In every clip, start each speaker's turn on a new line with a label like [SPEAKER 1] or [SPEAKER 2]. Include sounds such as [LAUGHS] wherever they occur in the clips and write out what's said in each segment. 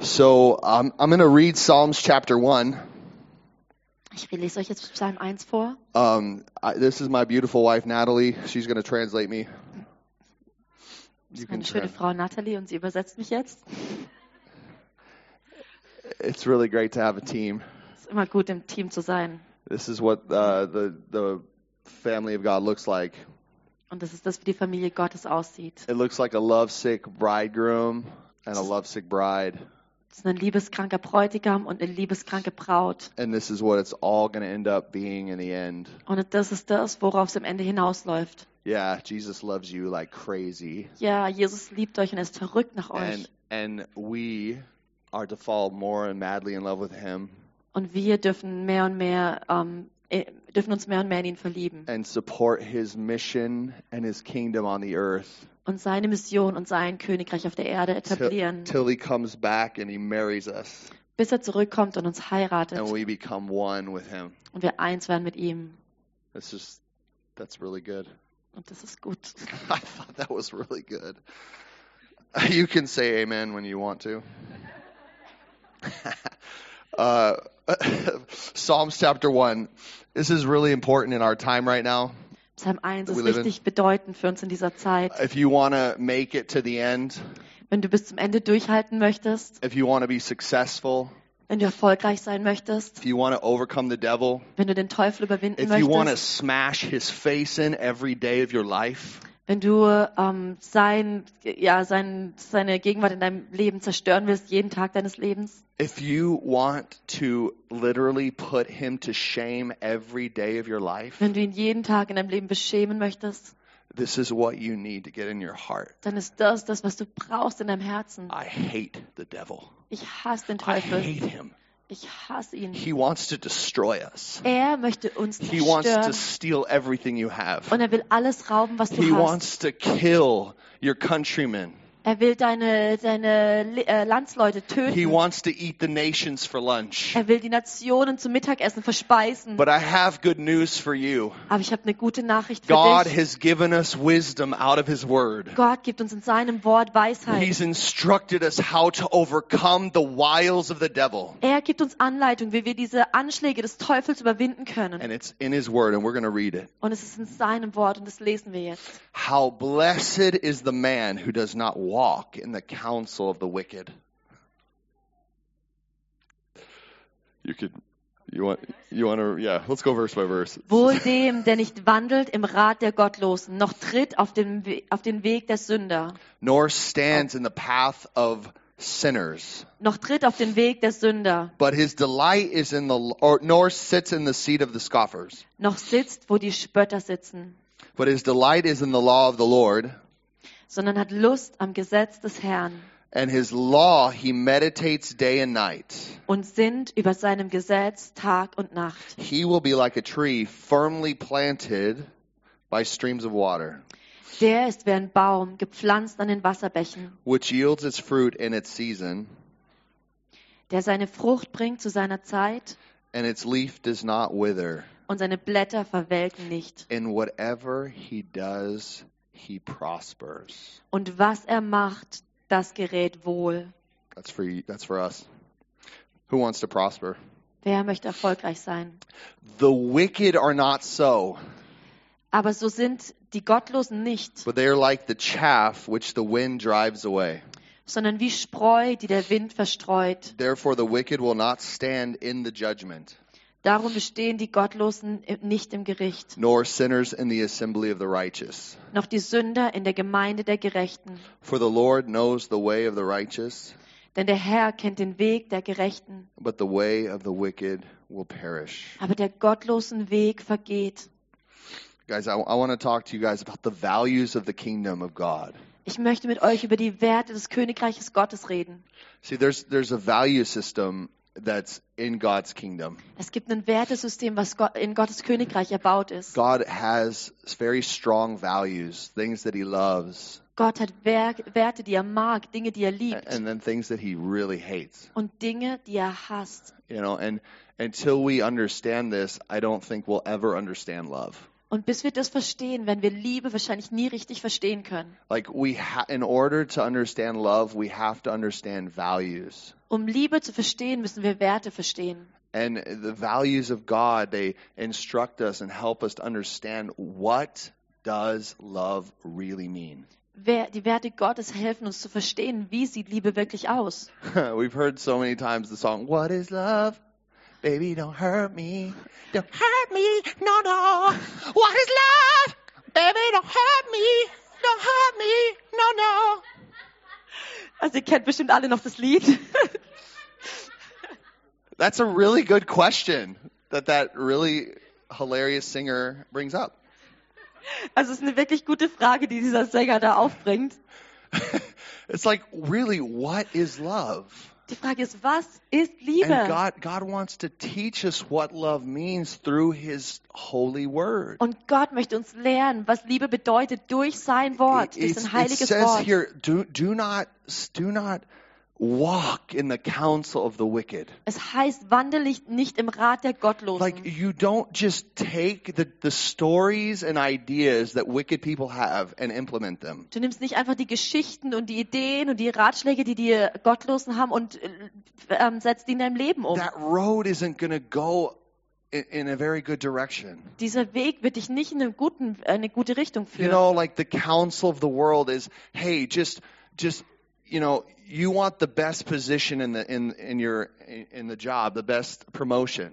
[SPEAKER 1] So um, I'm going to read Psalms chapter 1.
[SPEAKER 2] Ich lese euch jetzt Psalm 1 vor.
[SPEAKER 1] Um, I, this is my beautiful wife, Natalie. She's going to translate me.
[SPEAKER 2] Das ist meine schöne Frau Natalie und sie übersetzt mich jetzt.
[SPEAKER 1] It's really great to have a team.
[SPEAKER 2] Es ist immer gut, im Team zu sein.
[SPEAKER 1] This is what uh, the, the family of God looks like.
[SPEAKER 2] Und das ist das, wie die Familie Gottes aussieht.
[SPEAKER 1] It looks like a lovesick bridegroom and a lovesick bride.
[SPEAKER 2] Es ist ein liebeskranker Bräutigam und eine liebeskranke Braut.
[SPEAKER 1] And this is what it's all going to end up being in the end.
[SPEAKER 2] Und das ist das, worauf es am Ende hinausläuft.
[SPEAKER 1] Yeah, Jesus loves you like crazy.
[SPEAKER 2] Ja, Jesus liebt euch und er ist verrückt nach
[SPEAKER 1] And,
[SPEAKER 2] euch.
[SPEAKER 1] and we are to fall more and madly in love with him
[SPEAKER 2] Und wir dürfen mehr und mehr, ähm, eh, dürfen uns mehr und mehr in ihn verlieben.
[SPEAKER 1] and support his mission and his kingdom on the earth
[SPEAKER 2] Und seine Mission und sein Königreich auf der Erde
[SPEAKER 1] till,
[SPEAKER 2] etablieren.
[SPEAKER 1] till he comes back and he marries us
[SPEAKER 2] Bis er zurückkommt und uns heiratet.
[SPEAKER 1] and we become one with him.
[SPEAKER 2] Und wir eins werden mit ihm.
[SPEAKER 1] That's just, that's really good. [LAUGHS]
[SPEAKER 2] Und das ist gut.
[SPEAKER 1] I thought that was really good. [LAUGHS] You can say amen when you want to. [LAUGHS] uh, [LAUGHS] Psalms chapter 1. This is really important in our time right now.
[SPEAKER 2] Psalm 1
[SPEAKER 1] We
[SPEAKER 2] ist
[SPEAKER 1] live in-
[SPEAKER 2] richtig bedeutend für uns in dieser Zeit.
[SPEAKER 1] If you want to make it to the end,
[SPEAKER 2] Wenn du bis zum Ende durchhalten möchtest,
[SPEAKER 1] if you want to be successful,
[SPEAKER 2] wenn du erfolgreich sein möchtest,
[SPEAKER 1] if you want to overcome the devil,
[SPEAKER 2] wenn du den Teufel überwinden
[SPEAKER 1] if you want to
[SPEAKER 2] möchtest,
[SPEAKER 1] smash his face in every day of your life,
[SPEAKER 2] wenn du ähm, sein, ja, sein, seine Gegenwart in deinem Leben zerstören willst, jeden Tag deines Lebens,
[SPEAKER 1] if you want to literally put him to shame every day of your life,
[SPEAKER 2] wenn du ihn jeden Tag in deinem Leben beschämen möchtest,
[SPEAKER 1] this is what you need to get in your heart.
[SPEAKER 2] dann ist das das, was du brauchst in deinem Herzen.
[SPEAKER 1] I hate the devil.
[SPEAKER 2] Ich hasse den
[SPEAKER 1] I
[SPEAKER 2] Teufel.
[SPEAKER 1] hate him.
[SPEAKER 2] Ich hasse ihn.
[SPEAKER 1] He wants to destroy us.
[SPEAKER 2] Er möchte uns
[SPEAKER 1] He wants to
[SPEAKER 2] zerstören
[SPEAKER 1] steal everything you have.
[SPEAKER 2] und er will alles rauben, was
[SPEAKER 1] He
[SPEAKER 2] du hast.
[SPEAKER 1] wants to kill your countrymen.
[SPEAKER 2] Er will deine, deine Le- äh, Landsleute
[SPEAKER 1] He
[SPEAKER 2] töten.
[SPEAKER 1] wants to eat the nations for lunch.
[SPEAKER 2] Er will die Nationen zum Mittagessen verspeisen.
[SPEAKER 1] But I have good news for you.
[SPEAKER 2] Aber ich habe eine gute Nachricht für
[SPEAKER 1] God
[SPEAKER 2] dich.
[SPEAKER 1] has given us wisdom out of his word.
[SPEAKER 2] Gott gibt uns in seinem Wort Weisheit.
[SPEAKER 1] He's instructed us how to overcome the wiles of the devil.
[SPEAKER 2] Er gibt uns Anleitung, wie wir diese Anschläge des Teufels überwinden können.
[SPEAKER 1] And it's in his word, and we're going to read it.
[SPEAKER 2] Und es ist in seinem Wort und das lesen wir jetzt.
[SPEAKER 1] How blessed is the man who does not walk in the counsel of the wicked. You could, you want, you want to, yeah, let's go verse by verse.
[SPEAKER 2] Wohl dem, der nicht wandelt im Rat der Gottlosen, noch tritt auf den, We auf den Weg der Sünder,
[SPEAKER 1] Nor stands in the path of sinners,
[SPEAKER 2] noch tritt auf den Weg der Sünder,
[SPEAKER 1] but his delight is in the, or nor sits in the seat of the scoffers,
[SPEAKER 2] noch sitzt, wo die Spötter sitzen,
[SPEAKER 1] but his delight is in the law of the Lord,
[SPEAKER 2] sondern hat Lust am Gesetz des Herrn
[SPEAKER 1] and his law he meditates day and night.
[SPEAKER 2] und sinnt über seinem Gesetz Tag und Nacht.
[SPEAKER 1] He will be like a tree firmly planted by streams of water.
[SPEAKER 2] Der ist wie ein Baum, gepflanzt an den Wasserbächen.
[SPEAKER 1] which yields its fruit in its season,
[SPEAKER 2] der seine Frucht bringt zu seiner Zeit
[SPEAKER 1] and its leaf does not wither.
[SPEAKER 2] und seine Blätter verwelken nicht.
[SPEAKER 1] In whatever he does, he prospers.
[SPEAKER 2] Und was er macht, das gerät wohl.
[SPEAKER 1] That's for you, that's for us. Who wants to prosper?
[SPEAKER 2] Wer möchte erfolgreich sein?
[SPEAKER 1] The wicked are not so,
[SPEAKER 2] Aber so sind die Gottlosen nicht,
[SPEAKER 1] but they are like the chaff which the wind drives away.
[SPEAKER 2] sondern wie Spreu, die der Wind verstreut.
[SPEAKER 1] Therefore the wicked will not stand in the judgment,
[SPEAKER 2] Darum bestehen die Gottlosen im- nicht im Gericht,
[SPEAKER 1] nor sinners in the assembly of the righteous.
[SPEAKER 2] noch die Sünder in der Gemeinde der Gerechten.
[SPEAKER 1] For the Lord knows the way of the righteous,
[SPEAKER 2] Denn der Herr kennt den Weg der Gerechten,
[SPEAKER 1] but the way of the wicked will perish.
[SPEAKER 2] aber der Gottlosen Weg vergeht.
[SPEAKER 1] Guys, I, want to talk to you guys about the values of the kingdom of God.
[SPEAKER 2] Ich möchte mit euch über die Werte des Königreiches Gottes reden.
[SPEAKER 1] See, there's there's a value system that's in God's kingdom.
[SPEAKER 2] Es gibt ein Wertesystem, was Gott- in Gottes Königreich erbaut ist.
[SPEAKER 1] God has very strong values, things that He loves,
[SPEAKER 2] Gott hat Wer- Werte, die er mag, Dinge, die er
[SPEAKER 1] and,
[SPEAKER 2] liebt
[SPEAKER 1] and then things that He really hates.
[SPEAKER 2] und Dinge, die er hasst.
[SPEAKER 1] You know, and until we understand this, I don't think we'll ever understand love.
[SPEAKER 2] Und bis wir das verstehen, werden wir Liebe wahrscheinlich nie richtig verstehen können.
[SPEAKER 1] Like we ha- in order to understand love, we have to understand values.
[SPEAKER 2] Um Liebe zu verstehen, müssen wir Werte verstehen.
[SPEAKER 1] And the values of God, they instruct us and help us to understand what does love really mean. [LAUGHS]
[SPEAKER 2] Wer- Die Werte Gottes helfen uns zu verstehen, wie sieht Liebe wirklich aus.
[SPEAKER 1] We've heard so many times the song, What is love? Baby, don't hurt me. Don't hurt me. No, no. What is love? Baby, don't hurt me. Don't hurt me. No, no.
[SPEAKER 2] Also ihr kennt bestimmt alle noch das Lied. [LAUGHS]
[SPEAKER 1] That's a really good question that that really hilarious singer brings up. [LAUGHS]
[SPEAKER 2] Also es ist eine wirklich gute Frage, die dieser Sänger da aufbringt.
[SPEAKER 1] It's like, really, what is love?
[SPEAKER 2] Die Frage ist, was ist
[SPEAKER 1] And
[SPEAKER 2] Liebe?
[SPEAKER 1] God, God wants to teach us what love means through His holy word.
[SPEAKER 2] Und Gott möchte uns lernen, was Liebe bedeutet durch sein Wort, durch
[SPEAKER 1] It's-
[SPEAKER 2] sein
[SPEAKER 1] it
[SPEAKER 2] heiliges
[SPEAKER 1] says
[SPEAKER 2] Wort.
[SPEAKER 1] here, do, do not do not walk in the counsel of the wicked.
[SPEAKER 2] Es heißt, wandel nicht- nicht im Rat der
[SPEAKER 1] Like
[SPEAKER 2] Gottlosen.
[SPEAKER 1] you don't just take the, the stories and ideas that wicked people have and implement them.
[SPEAKER 2] Du nimmst nicht einfach die Geschichten und die Ideen und die Ratschläge, die die Gottlosen haben und äh, ähm, setzt die in deinem Leben um.
[SPEAKER 1] That road isn't going to go in, in a very good direction.
[SPEAKER 2] Dieser Weg wird dich nicht in eine, guten, äh, eine gute Richtung
[SPEAKER 1] You
[SPEAKER 2] führen.
[SPEAKER 1] know, like the counsel of the world is, hey, just just you know, you want the best position in the in in your in, in the job, the best promotion.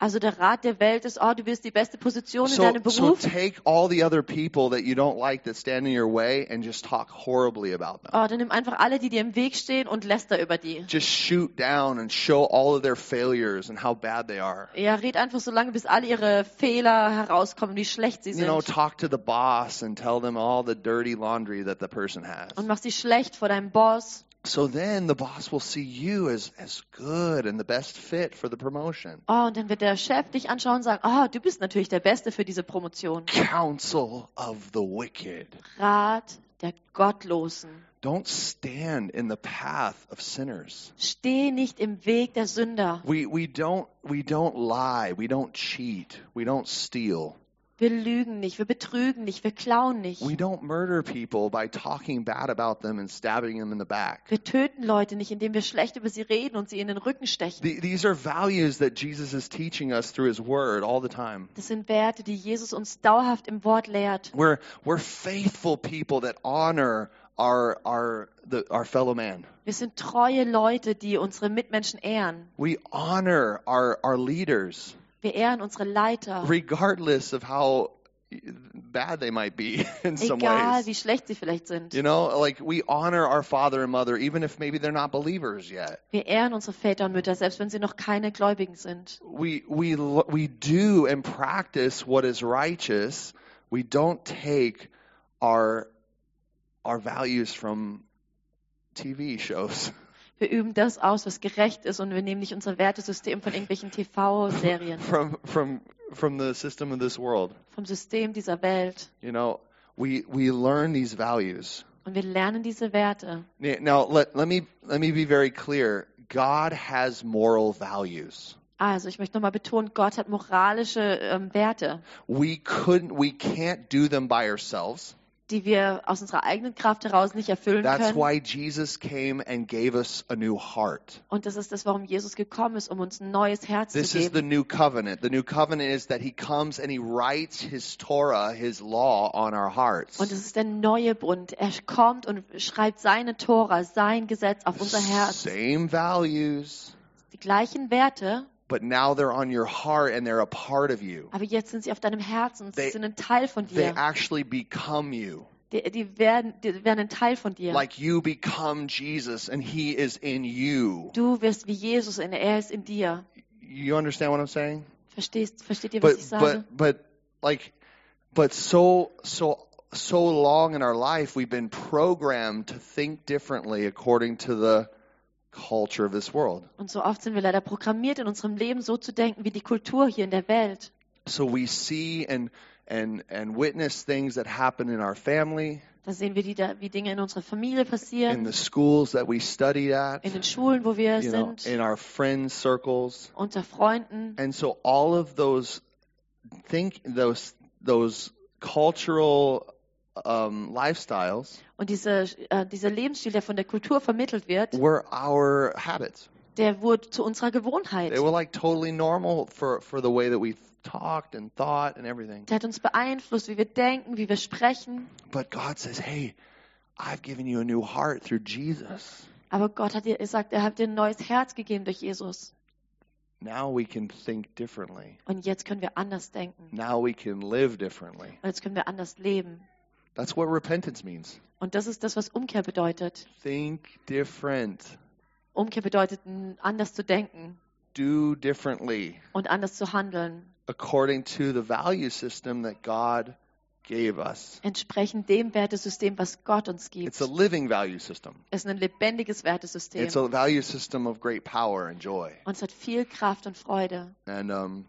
[SPEAKER 2] Also der Rat der Welt ist, oh, du willst die beste Position in
[SPEAKER 1] So,
[SPEAKER 2] deinem
[SPEAKER 1] so
[SPEAKER 2] Beruf.
[SPEAKER 1] take all the other people that you don't like that stand in your way and just talk horribly about them.
[SPEAKER 2] Oh, dann nimm einfach alle, die dir im Weg stehen und läster über die.
[SPEAKER 1] Just shoot down and show all of their failures and how bad they are.
[SPEAKER 2] Ja, red einfach so lange, bis alle ihre Fehler herauskommen, wie schlecht sie
[SPEAKER 1] You
[SPEAKER 2] sind.
[SPEAKER 1] know, talk to the boss and tell them all the dirty laundry that the person has.
[SPEAKER 2] Und mach sie schlecht vor deinem Boss.
[SPEAKER 1] So then the boss will see you as, as good and the best fit for the promotion.
[SPEAKER 2] Oh, und dann wird der Chef dich anschauen und sagen, oh, du bist natürlich der Beste für diese Promotion.
[SPEAKER 1] Counsel of the wicked.
[SPEAKER 2] Rat der Gottlosen.
[SPEAKER 1] Don't stand in the path of sinners.
[SPEAKER 2] Steh nicht im Weg der Sünder.
[SPEAKER 1] We, we don't we don't lie, we don't cheat, we don't steal.
[SPEAKER 2] Wir lügen nicht, wir betrügen nicht, wir klauen nicht.
[SPEAKER 1] We don't murder people by talking bad about them and stabbing them in the back.
[SPEAKER 2] Wir töten Leute nicht, indem wir schlecht über sie reden und sie in den Rücken stechen.
[SPEAKER 1] The- These are values that Jesus is teaching us through his word all the time.
[SPEAKER 2] Das sind Werte, die Jesus uns dauerhaft im Wort lehrt.
[SPEAKER 1] We're, we're faithful people that honor our, our, the, our fellow man.
[SPEAKER 2] Wir sind treue Leute, die unsere Mitmenschen ehren.
[SPEAKER 1] We honor our, our leaders,
[SPEAKER 2] Wir ehren unsere Leiter,
[SPEAKER 1] regardless of how bad they might be [LAUGHS] in some
[SPEAKER 2] egal
[SPEAKER 1] ways.
[SPEAKER 2] wie schlecht sie vielleicht sind.
[SPEAKER 1] You know, like we honor our father and mother, even if maybe they're not believers yet.
[SPEAKER 2] Wir ehren unsere Väter und Mütter, selbst wenn sie noch keine Gläubigen sind.
[SPEAKER 1] we we lo- we do and practice what is righteous. We don't take our our values from TV shows. [LAUGHS]
[SPEAKER 2] Wir üben das aus, was gerecht ist und wir nehmen nicht unser Wertesystem von irgendwelchen TV-Serien,
[SPEAKER 1] from from from the system of this world.
[SPEAKER 2] vom System dieser Welt.
[SPEAKER 1] You know, we we learn these values.
[SPEAKER 2] Und wir lernen diese Werte.
[SPEAKER 1] Now let let me let me be very clear. God has moral values.
[SPEAKER 2] Also, ich möchte nochmal betonen, Gott hat moralische ähm, Werte,
[SPEAKER 1] We couldn't we can't do them by ourselves.
[SPEAKER 2] die wir aus unserer eigenen Kraft heraus nicht erfüllen
[SPEAKER 1] That's
[SPEAKER 2] können.
[SPEAKER 1] why Jesus came and gave us a new heart.
[SPEAKER 2] Und das ist das, warum Jesus gekommen ist, um uns ein neues Herz zu
[SPEAKER 1] This is
[SPEAKER 2] geben.
[SPEAKER 1] the new covenant. The new covenant is that he comes and he writes his Torah, his law on our hearts.
[SPEAKER 2] Und es ist der neue Bund. Er kommt und schreibt seine Tora, sein Gesetz auf unser Herz.
[SPEAKER 1] Same values,
[SPEAKER 2] Die gleichen Werte,
[SPEAKER 1] but now they're on your heart and they're a part of you.
[SPEAKER 2] aber jetzt sind sie auf deinem Herzen. Sie
[SPEAKER 1] They-
[SPEAKER 2] sind ein Teil von
[SPEAKER 1] They
[SPEAKER 2] dir.
[SPEAKER 1] actually become you.
[SPEAKER 2] Die, die, werden, die werden ein Teil von dir.
[SPEAKER 1] Like you become Jesus and he is in you.
[SPEAKER 2] Du wirst wie Jesus und er ist in dir.
[SPEAKER 1] You understand what I'm saying?
[SPEAKER 2] Verstehst, versteht ihr, was
[SPEAKER 1] But
[SPEAKER 2] ich sage?
[SPEAKER 1] but but like but so so so long in our life we've been programmed to think differently according to the culture of this world.
[SPEAKER 2] und so oft sind wir leider programmiert, in unserem Leben so zu denken wie die Kultur hier in der Welt.
[SPEAKER 1] So we see and and and witness things that happen in our family,
[SPEAKER 2] Da sehen wir, die, da- wie Dinge in unserer Familie
[SPEAKER 1] in
[SPEAKER 2] passieren,
[SPEAKER 1] the schools that we studied at,
[SPEAKER 2] in den Schulen, wo wir
[SPEAKER 1] you know,
[SPEAKER 2] sind,
[SPEAKER 1] in our friends circles.
[SPEAKER 2] unter Freunden.
[SPEAKER 1] And so all of those think those those cultural um, lifestyles
[SPEAKER 2] Und diese, äh, dieser Lebensstil, der von der Kultur vermittelt wird,
[SPEAKER 1] were our habits.
[SPEAKER 2] der wurde zu unserer Gewohnheit.
[SPEAKER 1] They were like totally normal for, for the way that we talked and thought and everything.
[SPEAKER 2] Der hat uns beeinflusst, wie wir denken, wie wir sprechen.
[SPEAKER 1] But God says, hey, I've given you a new heart through Jesus.
[SPEAKER 2] Aber Gott hat dir gesagt, er hat dir ein neues Herz gegeben durch Jesus.
[SPEAKER 1] Now we can think differently.
[SPEAKER 2] Und jetzt können wir anders denken.
[SPEAKER 1] Now we can live differently.
[SPEAKER 2] Und jetzt können wir anders leben.
[SPEAKER 1] That's what repentance means.
[SPEAKER 2] Und das ist das, was Umkehr bedeutet.
[SPEAKER 1] Think different.
[SPEAKER 2] Umkehr bedeutet, n- anders zu denken
[SPEAKER 1] Do differently
[SPEAKER 2] und anders zu handeln.
[SPEAKER 1] according to the value system that God gave us.
[SPEAKER 2] Entsprechend dem Wertesystem, was Gott uns gibt.
[SPEAKER 1] It's a living value system.
[SPEAKER 2] Es ist ein lebendiges Wertesystem.
[SPEAKER 1] It's a value system of great power and joy.
[SPEAKER 2] Und es hat viel Kraft und Freude.
[SPEAKER 1] And um,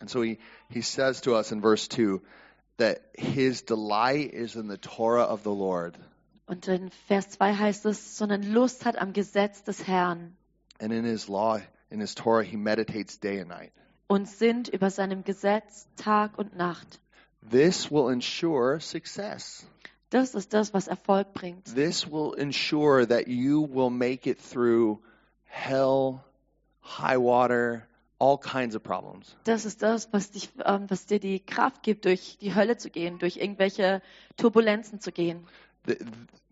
[SPEAKER 1] and so he he says to us in verse two that his delight is in the Torah of the Lord,
[SPEAKER 2] Und in Vers 2 heißt es, sondern Lust hat am Gesetz des Herrn
[SPEAKER 1] and in his law, in his Torah, he meditates day and night.
[SPEAKER 2] und sind über seinem Gesetz Tag und Nacht.
[SPEAKER 1] This will ensure success.
[SPEAKER 2] Das ist das, was Erfolg bringt.
[SPEAKER 1] This will ensure that you will make it through hell, high water, all kinds of problems.
[SPEAKER 2] Das ist das, was, dich, ähm, was dir die Kraft gibt, durch die Hölle zu gehen, durch irgendwelche Turbulenzen zu gehen.
[SPEAKER 1] Th- th-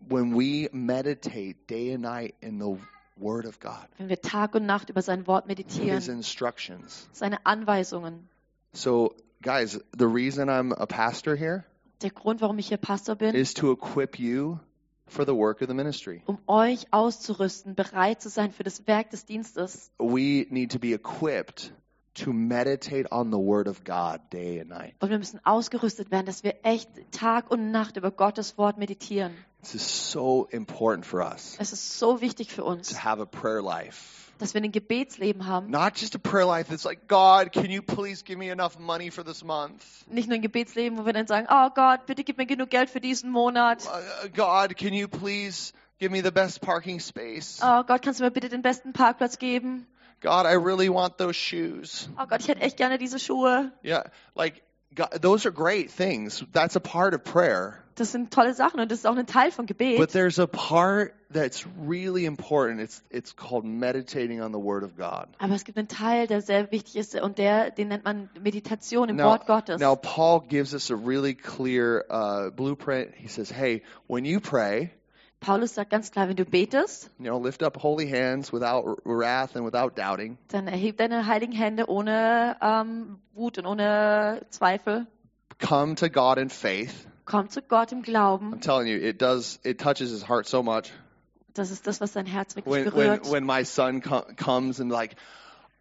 [SPEAKER 1] When we meditate day and night in the Word of God,
[SPEAKER 2] Wenn wir Tag und Nacht über sein Wort
[SPEAKER 1] His
[SPEAKER 2] meditieren,
[SPEAKER 1] instructions.
[SPEAKER 2] seine Anweisungen.
[SPEAKER 1] So, guys, the reason I'm a pastor here
[SPEAKER 2] Der Grund, warum ich hier Pastor bin,
[SPEAKER 1] is to equip you for the work of the ministry.
[SPEAKER 2] um euch auszurüsten, bereit zu sein für das Werk des Dienstes.
[SPEAKER 1] We need to be equipped to meditate on the Word of God day and night.
[SPEAKER 2] Und wir müssen ausgerüstet werden, dass wir echt Tag und Nacht über Gottes Wort meditieren.
[SPEAKER 1] This is so important for us
[SPEAKER 2] Es ist so wichtig für
[SPEAKER 1] to
[SPEAKER 2] uns,
[SPEAKER 1] have a prayer life.
[SPEAKER 2] dass wir ein Gebetsleben haben.
[SPEAKER 1] Not just a prayer life that's like, God, can you please give me enough money for this month?
[SPEAKER 2] Nicht nur ein Gebetsleben, wo wir dann sagen, oh Gott, bitte gib mir genug Geld für diesen Monat.
[SPEAKER 1] Uh, God, can you please give me the best parking space?
[SPEAKER 2] Oh Gott, kannst du mir bitte den besten Parkplatz geben?
[SPEAKER 1] God, I really want those shoes.
[SPEAKER 2] Oh Gott, ich hätte echt gerne diese Schuhe.
[SPEAKER 1] Yeah, like, God, those are great things. That's a part of prayer.
[SPEAKER 2] Das sind tolle Sachen und das ist auch ein Teil von
[SPEAKER 1] But
[SPEAKER 2] Gebet.
[SPEAKER 1] there's a part that's really important. It's it's called meditating on the Word of God.
[SPEAKER 2] Aber es gibt einen Teil, der sehr wichtig ist und der, den nennt man Meditation im
[SPEAKER 1] Now,
[SPEAKER 2] Wort Gottes.
[SPEAKER 1] now Paul gives us a really clear uh, blueprint. He says, "Hey, when you pray,
[SPEAKER 2] Paulus sagt ganz klar, wenn du betest,
[SPEAKER 1] you know, lift up holy hands without r- wrath and without doubting.
[SPEAKER 2] dann erheb deine heiligen Hände ohne ähm, Wut und ohne Zweifel.
[SPEAKER 1] Come to God in faith."
[SPEAKER 2] Komm zu Gott im
[SPEAKER 1] I'm
[SPEAKER 2] Glauben.
[SPEAKER 1] telling you, it does. It touches his heart so much.
[SPEAKER 2] Das ist das, was dein Herz wirklich
[SPEAKER 1] When when
[SPEAKER 2] berührt.
[SPEAKER 1] when my son co- comes and like,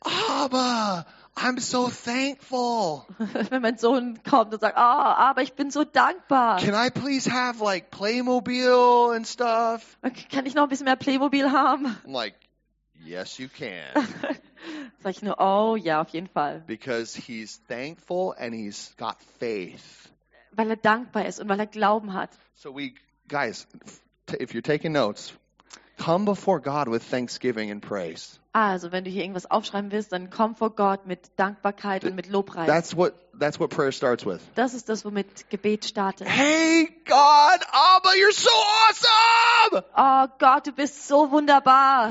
[SPEAKER 1] Abba, I'm so thankful.
[SPEAKER 2] [LAUGHS] wenn mein Sohn kommt und sagt, ah, aber ich bin so dankbar.
[SPEAKER 1] Can I please have like Playmobil and stuff?
[SPEAKER 2] Kann ich noch ein bisschen mehr Playmobil haben?
[SPEAKER 1] I'm like, yes, you can. [LAUGHS]
[SPEAKER 2] Sag ich nur, oh ja, auf jeden Fall.
[SPEAKER 1] because he's thankful and he's got faith.
[SPEAKER 2] Weil er dankbar ist und weil er Glauben hat.
[SPEAKER 1] So we, guys, t- if you're taking notes, come before God with thanksgiving and praise.
[SPEAKER 2] Also, wenn du hier irgendwas aufschreiben willst, dann komm vor Gott mit Dankbarkeit und mit Lobpreis.
[SPEAKER 1] That's what that's what prayer starts with.
[SPEAKER 2] das ist das, womit Gebet startet.
[SPEAKER 1] Hey God, Abba, you're so awesome!
[SPEAKER 2] Oh Gott, du bist so wunderbar.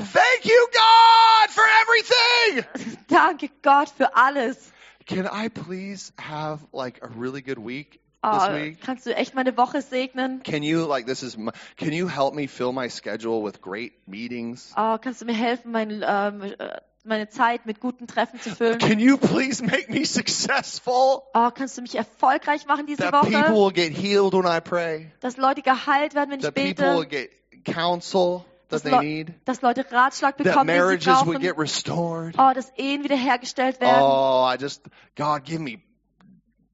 [SPEAKER 1] [LAUGHS]
[SPEAKER 2] [LAUGHS]
[SPEAKER 1] Thank you, God, for everything.
[SPEAKER 2] Danke Gott für alles.
[SPEAKER 1] Can I please have like a really good week
[SPEAKER 2] Oh,
[SPEAKER 1] this week?
[SPEAKER 2] kannst du echt meine Woche segnen?
[SPEAKER 1] Can you like this is my, can you help me fill my schedule with great meetings?
[SPEAKER 2] Oh, kannst du mir helfen, mein, ähm, äh, meine Zeit mit guten Treffen zu füllen?
[SPEAKER 1] Can you please make me successful?
[SPEAKER 2] Oh, kannst du mich erfolgreich machen diese
[SPEAKER 1] That people
[SPEAKER 2] Woche?
[SPEAKER 1] will get healed when I pray.
[SPEAKER 2] Dass Leute geheilt werden, wenn ich
[SPEAKER 1] That people will
[SPEAKER 2] bete.
[SPEAKER 1] get counsel that
[SPEAKER 2] Dass,
[SPEAKER 1] they
[SPEAKER 2] Leu-
[SPEAKER 1] need.
[SPEAKER 2] dass Leute Ratschlag
[SPEAKER 1] That
[SPEAKER 2] bekommen, den sie
[SPEAKER 1] marriages would
[SPEAKER 2] brauchen.
[SPEAKER 1] get restored.
[SPEAKER 2] Oh, dass Ehen wiederhergestellt werden.
[SPEAKER 1] Oh, I just God give me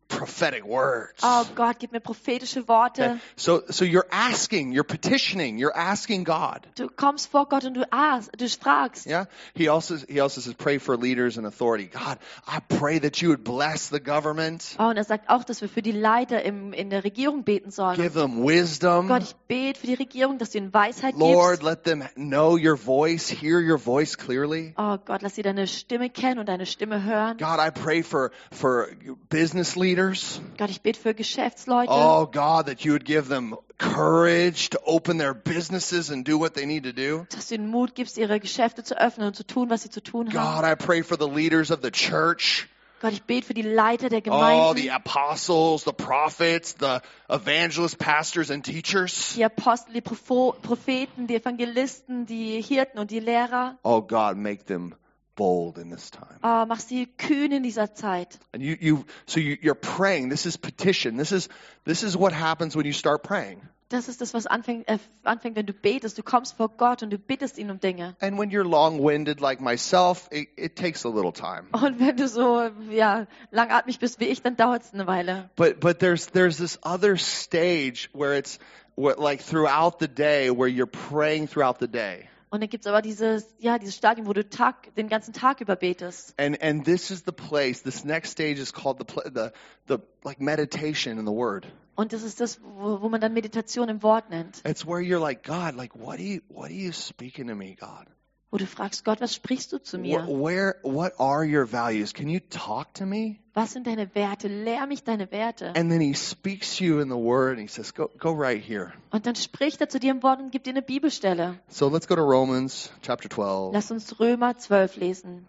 [SPEAKER 1] prophetic words.
[SPEAKER 2] Oh Gott, gib mir prophetische
[SPEAKER 1] Okay?
[SPEAKER 2] Worte.
[SPEAKER 1] So so you're asking, you're petitioning, you're asking God.
[SPEAKER 2] Du kommst vor Gott und du, aß, du fragst.
[SPEAKER 1] Yeah. He also he also says pray for leaders and authority. God, I pray that you would bless the government,
[SPEAKER 2] Oh, und er sagt auch, dass wir für die Leiter im, in der Regierung beten sollen. Oh
[SPEAKER 1] give them wisdom.
[SPEAKER 2] Gott, ich bete für die Regierung, dass du ihnen Weisheit
[SPEAKER 1] Lord,
[SPEAKER 2] gibst.
[SPEAKER 1] let them know your voice, hear your voice clearly.
[SPEAKER 2] Oh Gott, lass sie deine Stimme kennen und deine Stimme hören.
[SPEAKER 1] God, I pray for for business leaders.
[SPEAKER 2] Gott, ich bete für Geschäftsleute.
[SPEAKER 1] Oh God, that you would give them courage to open their businesses and do what they need to do.
[SPEAKER 2] Dass du ihnen Mut gibst, ihre Geschäfte zu öffnen und zu tun, was sie zu tun haben.
[SPEAKER 1] God, I pray for the leaders of the church.
[SPEAKER 2] Gott, ich bete für die Leiter der
[SPEAKER 1] Oh,
[SPEAKER 2] Gemeinden,
[SPEAKER 1] the apostles, the prophets, the evangelists, pastors, and teachers.
[SPEAKER 2] die Apostel, die Propho- Propheten, die Evangelisten, die Hirten und die Lehrer.
[SPEAKER 1] Oh God, make them bold in this time.
[SPEAKER 2] Oh, mach sie kühn in dieser Zeit.
[SPEAKER 1] And you, you, so you, you're praying. This is petition. This is, this is what happens when you start praying.
[SPEAKER 2] Das ist das, was anfängt, äh, anfängt, wenn du betest. Du kommst vor Gott und du bittest ihn um Dinge.
[SPEAKER 1] And when you're long-winded like myself, it, it takes a little time.
[SPEAKER 2] Und wenn du so ja, langatmig bist wie ich, dann dauert es eine Weile.
[SPEAKER 1] But but there's there's this other stage where it's where, like throughout the day where you're praying throughout the day.
[SPEAKER 2] Und dann gibt's aber dieses, ja, dieses Stadium, wo du Tag, den ganzen Tag über betest.
[SPEAKER 1] And and this is the place. This next stage is called the pla- the the like meditation in the word.
[SPEAKER 2] Und das ist das, wo, wo man dann Meditation im Wort nennt.
[SPEAKER 1] It's where you're like God, like what are you what are you speaking to me, God?
[SPEAKER 2] Wo du fragst, Gott, was sprichst du zu
[SPEAKER 1] Wh-
[SPEAKER 2] mir?
[SPEAKER 1] where what are your values? Can you talk to me?
[SPEAKER 2] Was sind deine Werte? Lehr mich deine Werte.
[SPEAKER 1] And then he speaks to you in the word and he says, "Go go right here."
[SPEAKER 2] Und dann spricht er zu dir im Wort und gibt dir eine Bibelstelle.
[SPEAKER 1] So let's go to Romans chapter 12.
[SPEAKER 2] Lass uns Römer 12 lesen.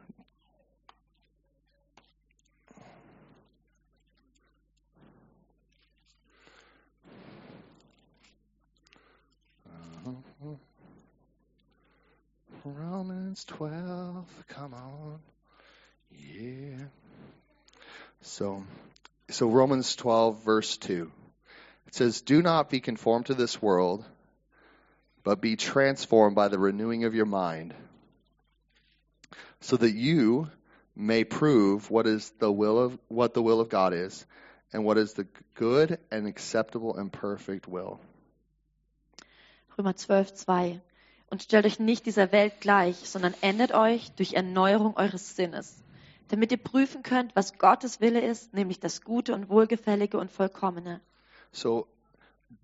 [SPEAKER 1] Romans 12, come on. Yeah. So, so Romans 12, verse 2. It says, Do not be conformed to this world, but be transformed by the renewing of your mind, so that you may prove what is the will of what the will of God is, and what is the good and acceptable and perfect will.
[SPEAKER 2] Römer 12, 2. Und stellt euch nicht dieser Welt gleich, sondern ändert euch durch Erneuerung eures Sinnes, damit ihr prüfen könnt, was Gottes Wille ist, nämlich das Gute und Wohlgefällige und Vollkommene.
[SPEAKER 1] So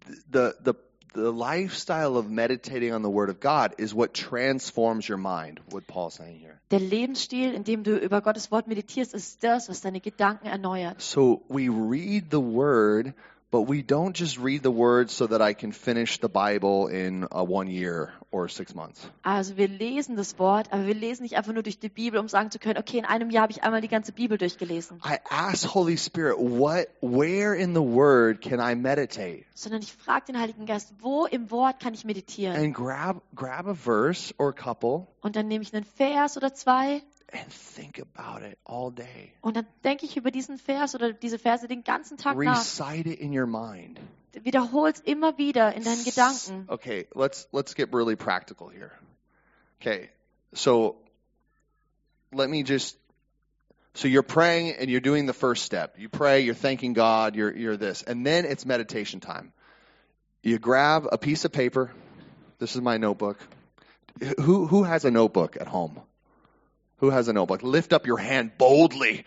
[SPEAKER 1] th- the the the lifestyle of meditating on the word of God is what transforms your mind, what Paul's saying here.
[SPEAKER 2] Der Lebensstil, in dem du über Gottes Wort meditierst, ist das, was deine Gedanken erneuert.
[SPEAKER 1] So we read the word, but we don't just read the word so that I can finish the Bible in uh, one year or six months.
[SPEAKER 2] Also wir lesen das Wort, aber wir lesen nicht einfach nur durch die Bibel, um sagen zu können, okay, in einem Jahr habe ich einmal die ganze Bibel durchgelesen.
[SPEAKER 1] I ask Holy Spirit, what, where in the word can I meditate?
[SPEAKER 2] Sondern ich frage den Heiligen Geist, wo im Wort kann ich meditieren?
[SPEAKER 1] And grab grab a verse or a couple
[SPEAKER 2] Und dann nehme ich einen Vers oder zwei
[SPEAKER 1] and think about it all day.
[SPEAKER 2] Und dann denke ich über diesen Vers oder diese Verse den ganzen Tag nach.
[SPEAKER 1] Recite it in your mind.
[SPEAKER 2] Wiederhol's immer wieder in deinen Gedanken.
[SPEAKER 1] Okay, let's let's get really practical here. Okay, so let me just. So you're praying and you're doing the first step. You pray, you're thanking God, you're you're this, and then it's meditation time. You grab a piece of paper. This is my notebook. Who who has a notebook at home? Who has a notebook? Lift up your hand boldly.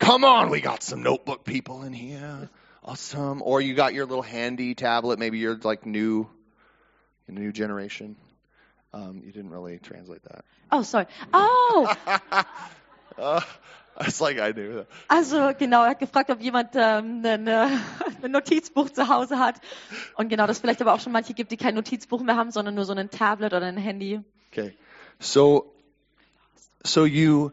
[SPEAKER 1] Come on, we got some notebook people in here. Awesome. Or you got your little handy tablet. Maybe you're like new, new generation. Um, you didn't really translate that.
[SPEAKER 2] [LAUGHS] Oh, sorry. Oh,
[SPEAKER 1] Uh, it's like I do.
[SPEAKER 2] also genau, er hat gefragt, ob jemand ähm, ein, äh, [LAUGHS] ein Notizbuch zu Hause hat. Und genau, das vielleicht aber auch schon manche gibt, die kein Notizbuch mehr haben, sondern nur so ein Tablet oder ein Handy.
[SPEAKER 1] Okay. So, so you,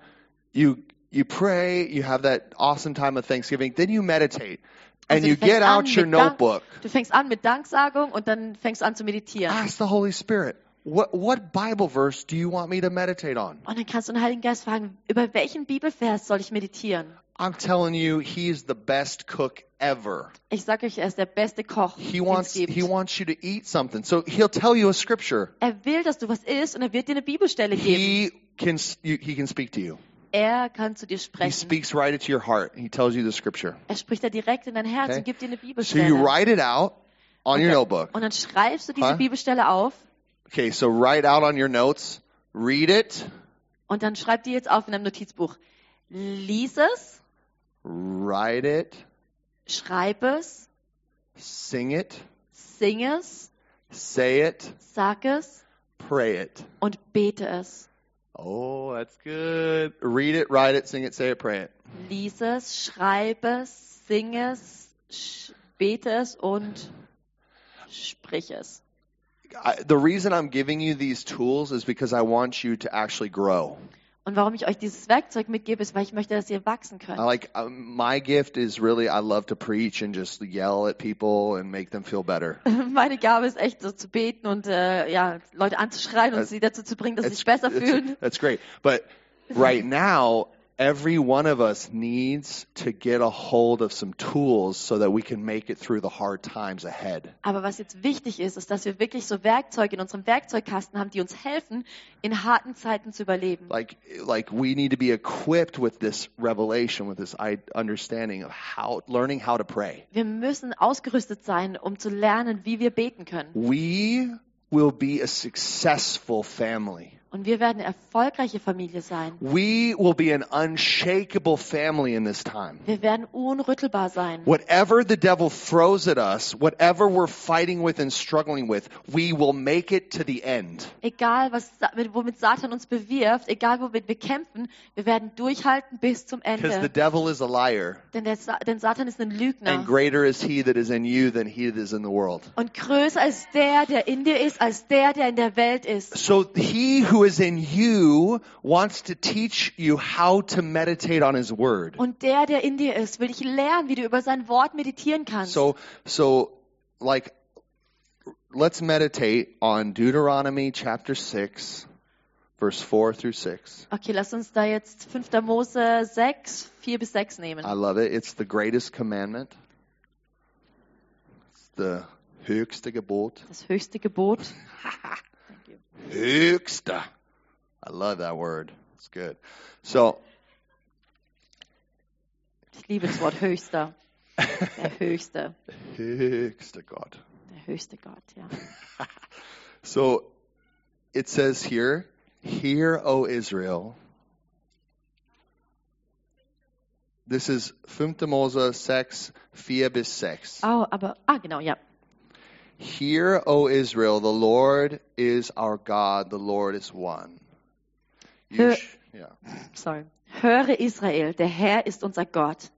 [SPEAKER 1] you, you pray. You have that awesome time of Thanksgiving. Then you meditate, and
[SPEAKER 2] Also
[SPEAKER 1] you
[SPEAKER 2] du fängst
[SPEAKER 1] get
[SPEAKER 2] an
[SPEAKER 1] out your
[SPEAKER 2] mit Dank-
[SPEAKER 1] notebook.
[SPEAKER 2] Du fängst an mit Danksagung und dann fängst du an zu meditieren.
[SPEAKER 1] Ask the Holy Spirit, what what Bible verse do you want me to meditate on?
[SPEAKER 2] Und dann kannst du den Heiligen Geist fragen, über welchen Bibelvers soll ich meditieren?
[SPEAKER 1] I'm telling you, he's the best cook ever.
[SPEAKER 2] Ich sage euch, er ist der beste Koch,
[SPEAKER 1] He
[SPEAKER 2] den es
[SPEAKER 1] wants
[SPEAKER 2] gibt.
[SPEAKER 1] he wants you to eat something. So he'll tell you a scripture.
[SPEAKER 2] Er will, dass du was isst und er wird dir eine Bibelstelle geben.
[SPEAKER 1] He can s- you, he can speak to you.
[SPEAKER 2] Er kann zu dir
[SPEAKER 1] He
[SPEAKER 2] sprechen.
[SPEAKER 1] speaks right into your heart. He tells you the scripture.
[SPEAKER 2] Er spricht da direkt in dein Herz
[SPEAKER 1] Okay.
[SPEAKER 2] und gibt dir eine
[SPEAKER 1] So you
[SPEAKER 2] Bibelstelle.
[SPEAKER 1] write it out on your
[SPEAKER 2] Okay.
[SPEAKER 1] notebook.
[SPEAKER 2] Und dann schreibst du diese
[SPEAKER 1] Huh?
[SPEAKER 2] Bibelstelle auf
[SPEAKER 1] Okay, so write out on your notes, read it,
[SPEAKER 2] und dann schreib die jetzt auf in deinem Notizbuch. Lies es,
[SPEAKER 1] write it,
[SPEAKER 2] schreib es,
[SPEAKER 1] sing it,
[SPEAKER 2] sing es,
[SPEAKER 1] say it,
[SPEAKER 2] sag es
[SPEAKER 1] pray it.
[SPEAKER 2] und bete es.
[SPEAKER 1] Oh, that's good. Read it, write it, sing it, say it, pray it.
[SPEAKER 2] Lies es, schreib es, sing es, sch- bete es und sprich es.
[SPEAKER 1] I, the reason I'm giving you these tools is because I want you to actually grow.
[SPEAKER 2] Und warum ich euch dieses Werkzeug mitgebe, ist, weil ich möchte, dass ihr wachsen
[SPEAKER 1] I
[SPEAKER 2] könnt.
[SPEAKER 1] like um, my gift is really I love to preach and just yell at people and make them feel better.
[SPEAKER 2] [LAUGHS] Meine Gabe ist echt so zu beten und äh, ja, Leute anzuschreien und
[SPEAKER 1] Äh,
[SPEAKER 2] sie dazu zu bringen, dass sie
[SPEAKER 1] It's-
[SPEAKER 2] sich besser
[SPEAKER 1] it's-
[SPEAKER 2] fühlen.
[SPEAKER 1] that's great. But right now, every one of us needs to get a hold of some tools so that we can make it through the hard times ahead.
[SPEAKER 2] Aber was jetzt wichtig ist, ist, dass wir wirklich so Werkzeuge in unserem Werkzeugkasten haben, die uns helfen, in harten Zeiten zu überleben.
[SPEAKER 1] Like, like we need to be equipped with this revelation, with this i- understanding of how learning how to pray.
[SPEAKER 2] Wir müssen ausgerüstet sein, um zu lernen, wie wir beten können.
[SPEAKER 1] We will be a successful family.
[SPEAKER 2] Und wir werden erfolgreiche Familie sein.
[SPEAKER 1] We will be an unshakable family in this time.
[SPEAKER 2] Wir werden unrüttelbar sein.
[SPEAKER 1] Whatever the devil throws at us, whatever we're fighting with and struggling with, we will make it to the end.
[SPEAKER 2] Egal, was, Sa- mit- womit Satan uns bewirft, egal, womit wir kämpfen, wir werden durchhalten bis zum
[SPEAKER 1] Because the
[SPEAKER 2] Ende.
[SPEAKER 1] devil is a liar,
[SPEAKER 2] Denn, der Sa denn Satan ist ein Lügner.
[SPEAKER 1] and greater is he that is in you than he that is in the world.
[SPEAKER 2] Und größer ist der, der in dir ist, als der, der in der Welt ist.
[SPEAKER 1] So he who is in you wants to teach you how to meditate on his word.
[SPEAKER 2] Und der, der in dir ist, will dich lernen, wie du über sein Wort meditieren kannst.
[SPEAKER 1] So, so like, let's meditate on Deuteronomy chapter 6, verse 4 through 6.
[SPEAKER 2] Okay, lass uns da jetzt 5. Mose 6, 4 bis 6 nehmen.
[SPEAKER 1] I love it. It's the greatest commandment. It's the höchste Gebot.
[SPEAKER 2] Das höchste Gebot.
[SPEAKER 1] Höchste. I love that word. It's good. So, [LAUGHS]
[SPEAKER 2] Ich liebe das Wort höchster. Der höchste.
[SPEAKER 1] höchste Gott.
[SPEAKER 2] Der höchste Gott, ja.
[SPEAKER 1] So it says here, Hear, O Israel. This is 5. Mose 6, 4 bis 6.
[SPEAKER 2] Oh, aber, ah, genau, ja.
[SPEAKER 1] Hear, O Israel, the Lord is our God, the Lord is one. You
[SPEAKER 2] Hö-
[SPEAKER 1] sh- yeah.
[SPEAKER 2] Sorry. Höre Israel, der Herr ist unser Gott.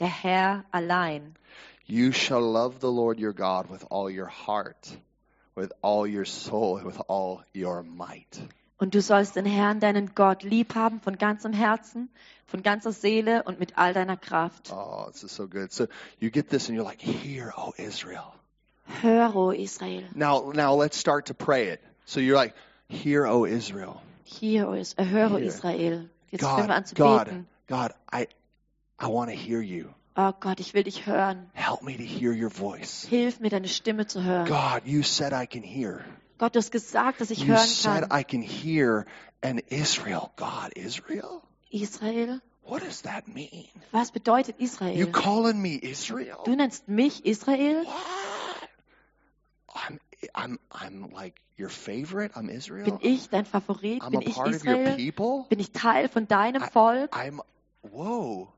[SPEAKER 2] Der Herr allein.
[SPEAKER 1] You shall love the Lord your God with all your heart, with all your soul, and with all your might.
[SPEAKER 2] Und du sollst den Herrn, deinen Gott, lieb haben von ganzem Herzen, von ganzer Seele und mit all deiner Kraft.
[SPEAKER 1] Oh, this is so good. So you get this and you're like, Hear, O Israel.
[SPEAKER 2] Höre, o Israel.
[SPEAKER 1] Now, now let's start to pray it. So you're like, Hear, O Israel.
[SPEAKER 2] Hier, o Is äh, höre, o
[SPEAKER 1] Hier.
[SPEAKER 2] Israel. Jetzt fangen wir an
[SPEAKER 1] God,
[SPEAKER 2] zu
[SPEAKER 1] God,
[SPEAKER 2] beten.
[SPEAKER 1] God, I, I want to hear you.
[SPEAKER 2] Oh Gott, ich will dich hören.
[SPEAKER 1] Help me to hear your voice.
[SPEAKER 2] Hilf mir, deine Stimme zu hören.
[SPEAKER 1] God, you said I can hear.
[SPEAKER 2] Gott, du hast gesagt, dass ich
[SPEAKER 1] You
[SPEAKER 2] hören
[SPEAKER 1] said
[SPEAKER 2] kann.
[SPEAKER 1] I can hear an Israel. God, Israel?
[SPEAKER 2] Israel?
[SPEAKER 1] What does that mean?
[SPEAKER 2] Was bedeutet
[SPEAKER 1] You
[SPEAKER 2] Israel?
[SPEAKER 1] calling me
[SPEAKER 2] Du
[SPEAKER 1] Israel?
[SPEAKER 2] nennst mich Israel?
[SPEAKER 1] What? I'm, I'm, I'm like your favorite? I'm
[SPEAKER 2] Bin
[SPEAKER 1] Israel?
[SPEAKER 2] ich dein Favorit?
[SPEAKER 1] I'm a
[SPEAKER 2] Bin ich
[SPEAKER 1] part of your
[SPEAKER 2] Israel?
[SPEAKER 1] people?
[SPEAKER 2] Bin ich Teil von deinem
[SPEAKER 1] I-
[SPEAKER 2] Volk?
[SPEAKER 1] I'm, whoa,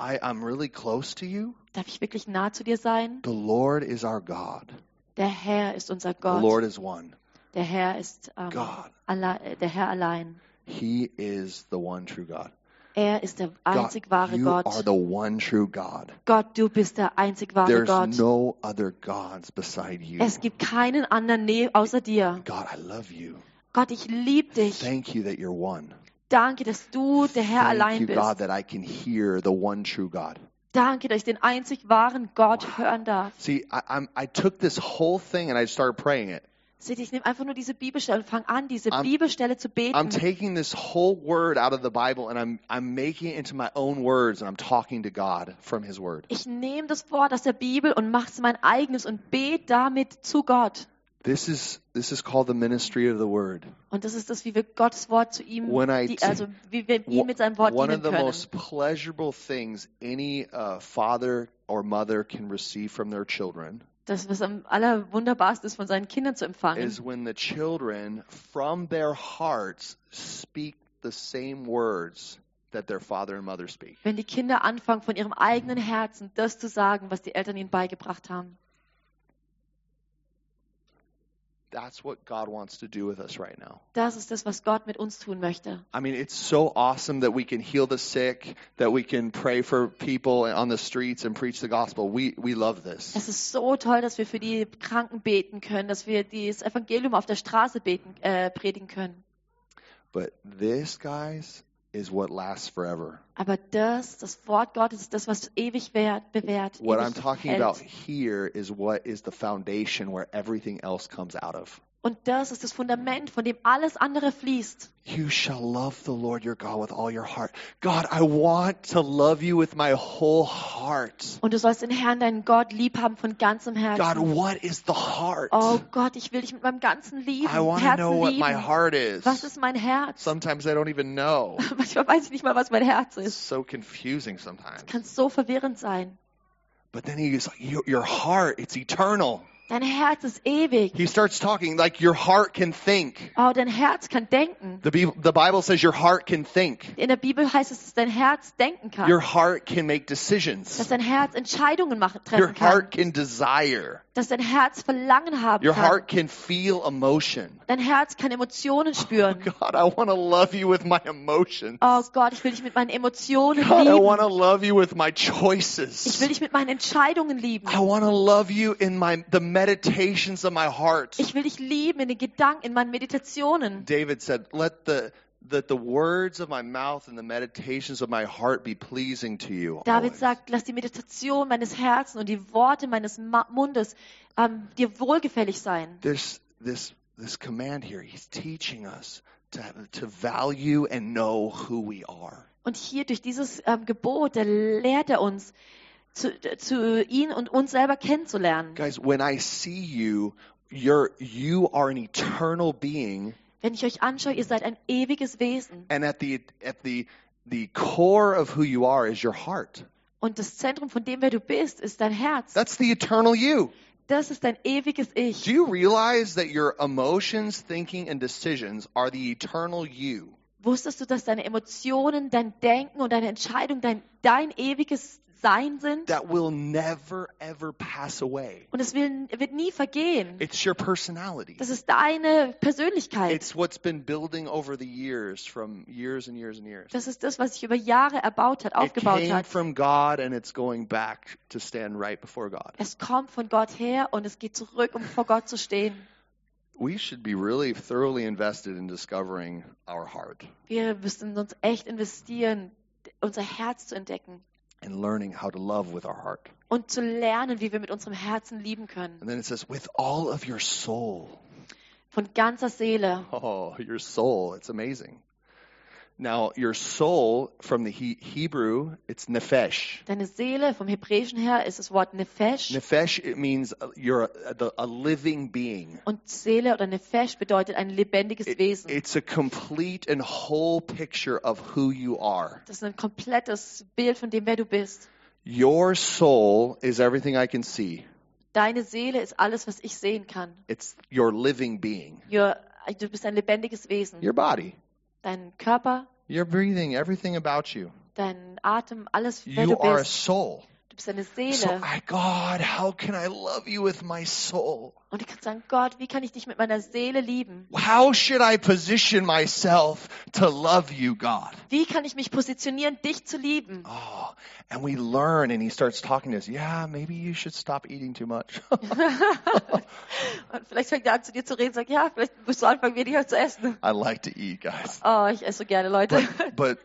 [SPEAKER 1] I, I'm really close to you.
[SPEAKER 2] Darf ich wirklich nah zu dir sein?
[SPEAKER 1] The Lord is our God.
[SPEAKER 2] Der Herr ist unser
[SPEAKER 1] The Lord
[SPEAKER 2] Gott.
[SPEAKER 1] is one.
[SPEAKER 2] Der Herr ist ähm,
[SPEAKER 1] God.
[SPEAKER 2] alle, äh, der Herr allein.
[SPEAKER 1] He is the one true God.
[SPEAKER 2] Er ist der
[SPEAKER 1] God,
[SPEAKER 2] einzig wahre
[SPEAKER 1] you are
[SPEAKER 2] Gott.
[SPEAKER 1] the one true God.
[SPEAKER 2] Gott, du bist der einzig wahre
[SPEAKER 1] There's
[SPEAKER 2] Gott.
[SPEAKER 1] no other gods beside you.
[SPEAKER 2] Es gibt keinen anderen ne außer dir.
[SPEAKER 1] God, I love you.
[SPEAKER 2] Gott, ich liebe dich.
[SPEAKER 1] Thank you that you're one.
[SPEAKER 2] Danke, dass du der Herr
[SPEAKER 1] Thank
[SPEAKER 2] allein
[SPEAKER 1] you,
[SPEAKER 2] bist.
[SPEAKER 1] God, that I can hear the one true God.
[SPEAKER 2] Danke, dass ich den einzig wahren Gott hören darf.
[SPEAKER 1] See, I, I'm, I took this whole thing and I started praying it.
[SPEAKER 2] Seht ihr, ich nehme einfach nur diese Bibelstelle und fange an, diese
[SPEAKER 1] I'm-
[SPEAKER 2] Bibelstelle zu beten.
[SPEAKER 1] I'm taking this whole word out of the Bible and I'm, I'm making it into my own words and I'm talking to God from His word.
[SPEAKER 2] Ich nehme das Wort aus der Bibel und mache es mein eigenes und bete damit zu Gott.
[SPEAKER 1] This is this is called the ministry of the word.
[SPEAKER 2] Und das ist das, wie wir Gottes Wort zu ihm,
[SPEAKER 1] When I
[SPEAKER 2] die,
[SPEAKER 1] t-
[SPEAKER 2] also wie wir ihm mit seinem Wort
[SPEAKER 1] One
[SPEAKER 2] dienen
[SPEAKER 1] of the
[SPEAKER 2] können.
[SPEAKER 1] most pleasurable things any uh, father or mother can receive from their children
[SPEAKER 2] Das, was am allerwunderbarsten ist, von seinen Kindern zu empfangen,
[SPEAKER 1] is when the children from their hearts speak the same words that their father and mother speak.
[SPEAKER 2] wenn die Kinder anfangen, von ihrem eigenen Herzen das zu sagen, was die Eltern ihnen beigebracht haben.
[SPEAKER 1] That's what God wants to do with us right now.
[SPEAKER 2] Das ist das, was Gott mit uns tun möchte.
[SPEAKER 1] I mean, it's so awesome that we can heal the sick, that we can pray for people on the streets and preach the gospel. We, we love this.
[SPEAKER 2] Es ist so toll, dass wir für die Kranken beten können, dass wir das Evangelium auf der Straße beten, äh, predigen können.
[SPEAKER 1] But this, guys, is what lasts forever.
[SPEAKER 2] Aber das, das Wort Gottes, ist das, was ewig wert, bewährt.
[SPEAKER 1] What
[SPEAKER 2] ewig
[SPEAKER 1] I'm talking
[SPEAKER 2] hält.
[SPEAKER 1] about here is what is the foundation where everything else comes out of.
[SPEAKER 2] Und das ist das Fundament, von dem alles andere fließt.
[SPEAKER 1] You shall love the Lord your God with all your heart. God, I want to love you with my whole heart.
[SPEAKER 2] Und du sollst den Herrn, deinen Gott, lieb haben von ganzem
[SPEAKER 1] God,
[SPEAKER 2] Herzen.
[SPEAKER 1] what is the heart?
[SPEAKER 2] Oh Gott, ich will dich mit meinem ganzen lieben,
[SPEAKER 1] I want to know
[SPEAKER 2] Herzen
[SPEAKER 1] what my
[SPEAKER 2] lieben.
[SPEAKER 1] heart is.
[SPEAKER 2] Was ist mein Herz?
[SPEAKER 1] Sometimes I don't even
[SPEAKER 2] [LAUGHS]
[SPEAKER 1] know.
[SPEAKER 2] Manchmal weiß ich nicht mal, was mein Herz
[SPEAKER 1] It's
[SPEAKER 2] ist.
[SPEAKER 1] so confusing sometimes.
[SPEAKER 2] Kann so verwirrend sein.
[SPEAKER 1] But then he's like, your, your heart, it's eternal.
[SPEAKER 2] Dein Herz ist ewig.
[SPEAKER 1] He starts talking like your heart can think.
[SPEAKER 2] Oh, dein Herz kann denken.
[SPEAKER 1] The, Bi- the Bible says your heart can think.
[SPEAKER 2] In der Bibel heißt es, dass dein Herz denken kann.
[SPEAKER 1] Your heart can make
[SPEAKER 2] dass
[SPEAKER 1] decisions.
[SPEAKER 2] dein Herz Entscheidungen machen,
[SPEAKER 1] Your
[SPEAKER 2] treffen kann.
[SPEAKER 1] heart can desire.
[SPEAKER 2] Dass dein Herz Verlangen haben
[SPEAKER 1] Your
[SPEAKER 2] kann.
[SPEAKER 1] heart Oh can feel emotion.
[SPEAKER 2] Dein Herz kann Emotionen spüren.
[SPEAKER 1] God, I want to love you with my emotions.
[SPEAKER 2] Oh Gott, ich will dich mit meinen Emotionen
[SPEAKER 1] God, I
[SPEAKER 2] lieben.
[SPEAKER 1] want to love you with my
[SPEAKER 2] Ich will
[SPEAKER 1] choices.
[SPEAKER 2] dich mit meinen Entscheidungen lieben.
[SPEAKER 1] I want to love you in my the meditations of my heart.
[SPEAKER 2] Ich will dich lieben in den Gedanken, in meinen Meditationen.
[SPEAKER 1] David said, "Let the that the words of my mouth and the meditations of my heart be pleasing to you."
[SPEAKER 2] David
[SPEAKER 1] always."
[SPEAKER 2] sagt, lass die Meditation meines Herzens und die Worte meines Ma Mundes ähm, dir wohlgefällig sein.
[SPEAKER 1] There's this this command here. He's teaching us to to value and know who we are.
[SPEAKER 2] Und hier durch dieses ähm, Gebot, da lehrt er uns, zu, zu ihn und uns selber kennenzulernen.
[SPEAKER 1] Guys, when I see you, you're you are an eternal being,
[SPEAKER 2] Wenn ich euch anschaue, ihr seid ein ewiges Wesen.
[SPEAKER 1] and at the at the the core of who you are is your heart.
[SPEAKER 2] Und das Zentrum von dem, wer du bist, ist dein Herz.
[SPEAKER 1] That's the eternal you.
[SPEAKER 2] Das ist dein ewiges
[SPEAKER 1] Do
[SPEAKER 2] Ich.
[SPEAKER 1] you realize that your emotions, thinking, and decisions are the eternal you?
[SPEAKER 2] Wusstest du, dass deine Emotionen, dein Denken und deine Entscheidung dein, dein ewiges Sein sind?
[SPEAKER 1] that will never ever pass away.
[SPEAKER 2] Und es will, wird nie vergehen.
[SPEAKER 1] It's your personality.
[SPEAKER 2] Das ist deine Persönlichkeit.
[SPEAKER 1] It's what's been building over the years from years and years and years.
[SPEAKER 2] Das ist das, was sich über Jahre erbaut hat,
[SPEAKER 1] It
[SPEAKER 2] aufgebaut
[SPEAKER 1] came
[SPEAKER 2] hat.
[SPEAKER 1] from God and it's going back to stand right before God.
[SPEAKER 2] Es kommt von Gott her und es geht zurück, um vor Gott zu stehen.
[SPEAKER 1] We should be really thoroughly invested in discovering our heart
[SPEAKER 2] Wir müssen uns echt investieren, unser Herz zu entdecken
[SPEAKER 1] and learning how to love with our heart.
[SPEAKER 2] und zu lernen, wie wir mit unserem Herzen lieben können.
[SPEAKER 1] And then it says, with all of your soul.
[SPEAKER 2] Von ganzer Seele.
[SPEAKER 1] Oh, your soul. It's amazing. Now, your soul from the he- Hebrew, it's nephesh.
[SPEAKER 2] Deine Seele, vom Hebräischen her, ist das Wort Nefesh.
[SPEAKER 1] Nefesh it means uh, you're a, the, a living being.
[SPEAKER 2] Und Seele oder Nefesh bedeutet ein lebendiges
[SPEAKER 1] It-
[SPEAKER 2] Wesen.
[SPEAKER 1] it's a complete and whole picture of who you are.
[SPEAKER 2] das ist ein komplettes Bild von dem, wer du bist.
[SPEAKER 1] Your soul is everything I can see.
[SPEAKER 2] Deine Seele ist alles, was ich sehen kann.
[SPEAKER 1] It's your living being,
[SPEAKER 2] Your, du bist ein lebendiges Wesen.
[SPEAKER 1] your body,
[SPEAKER 2] dein Körper,
[SPEAKER 1] your breathing, everything about you.
[SPEAKER 2] dein Atem, alles, wer
[SPEAKER 1] You
[SPEAKER 2] du
[SPEAKER 1] are a
[SPEAKER 2] bist.
[SPEAKER 1] soul.
[SPEAKER 2] Du bist eine
[SPEAKER 1] So,
[SPEAKER 2] Seele.
[SPEAKER 1] I, God, how can I love you with my soul?
[SPEAKER 2] Und du kannst sagen, Gott, wie kann ich dich mit meiner Seele lieben?
[SPEAKER 1] How should I position myself to love you, God?
[SPEAKER 2] Wie kann ich mich positionieren, dich zu lieben?
[SPEAKER 1] Oh, and we learn, and he starts talking to us. Yeah, maybe you should stop eating too much. [LAUGHS]
[SPEAKER 2] Und vielleicht fängt er an, zu dir zu reden und sagt, ja, vielleicht musst du anfangen, weniger zu essen.
[SPEAKER 1] I like to eat, guys.
[SPEAKER 2] Oh, ich esse so gerne, Leute.
[SPEAKER 1] But,
[SPEAKER 2] [LAUGHS]
[SPEAKER 1] but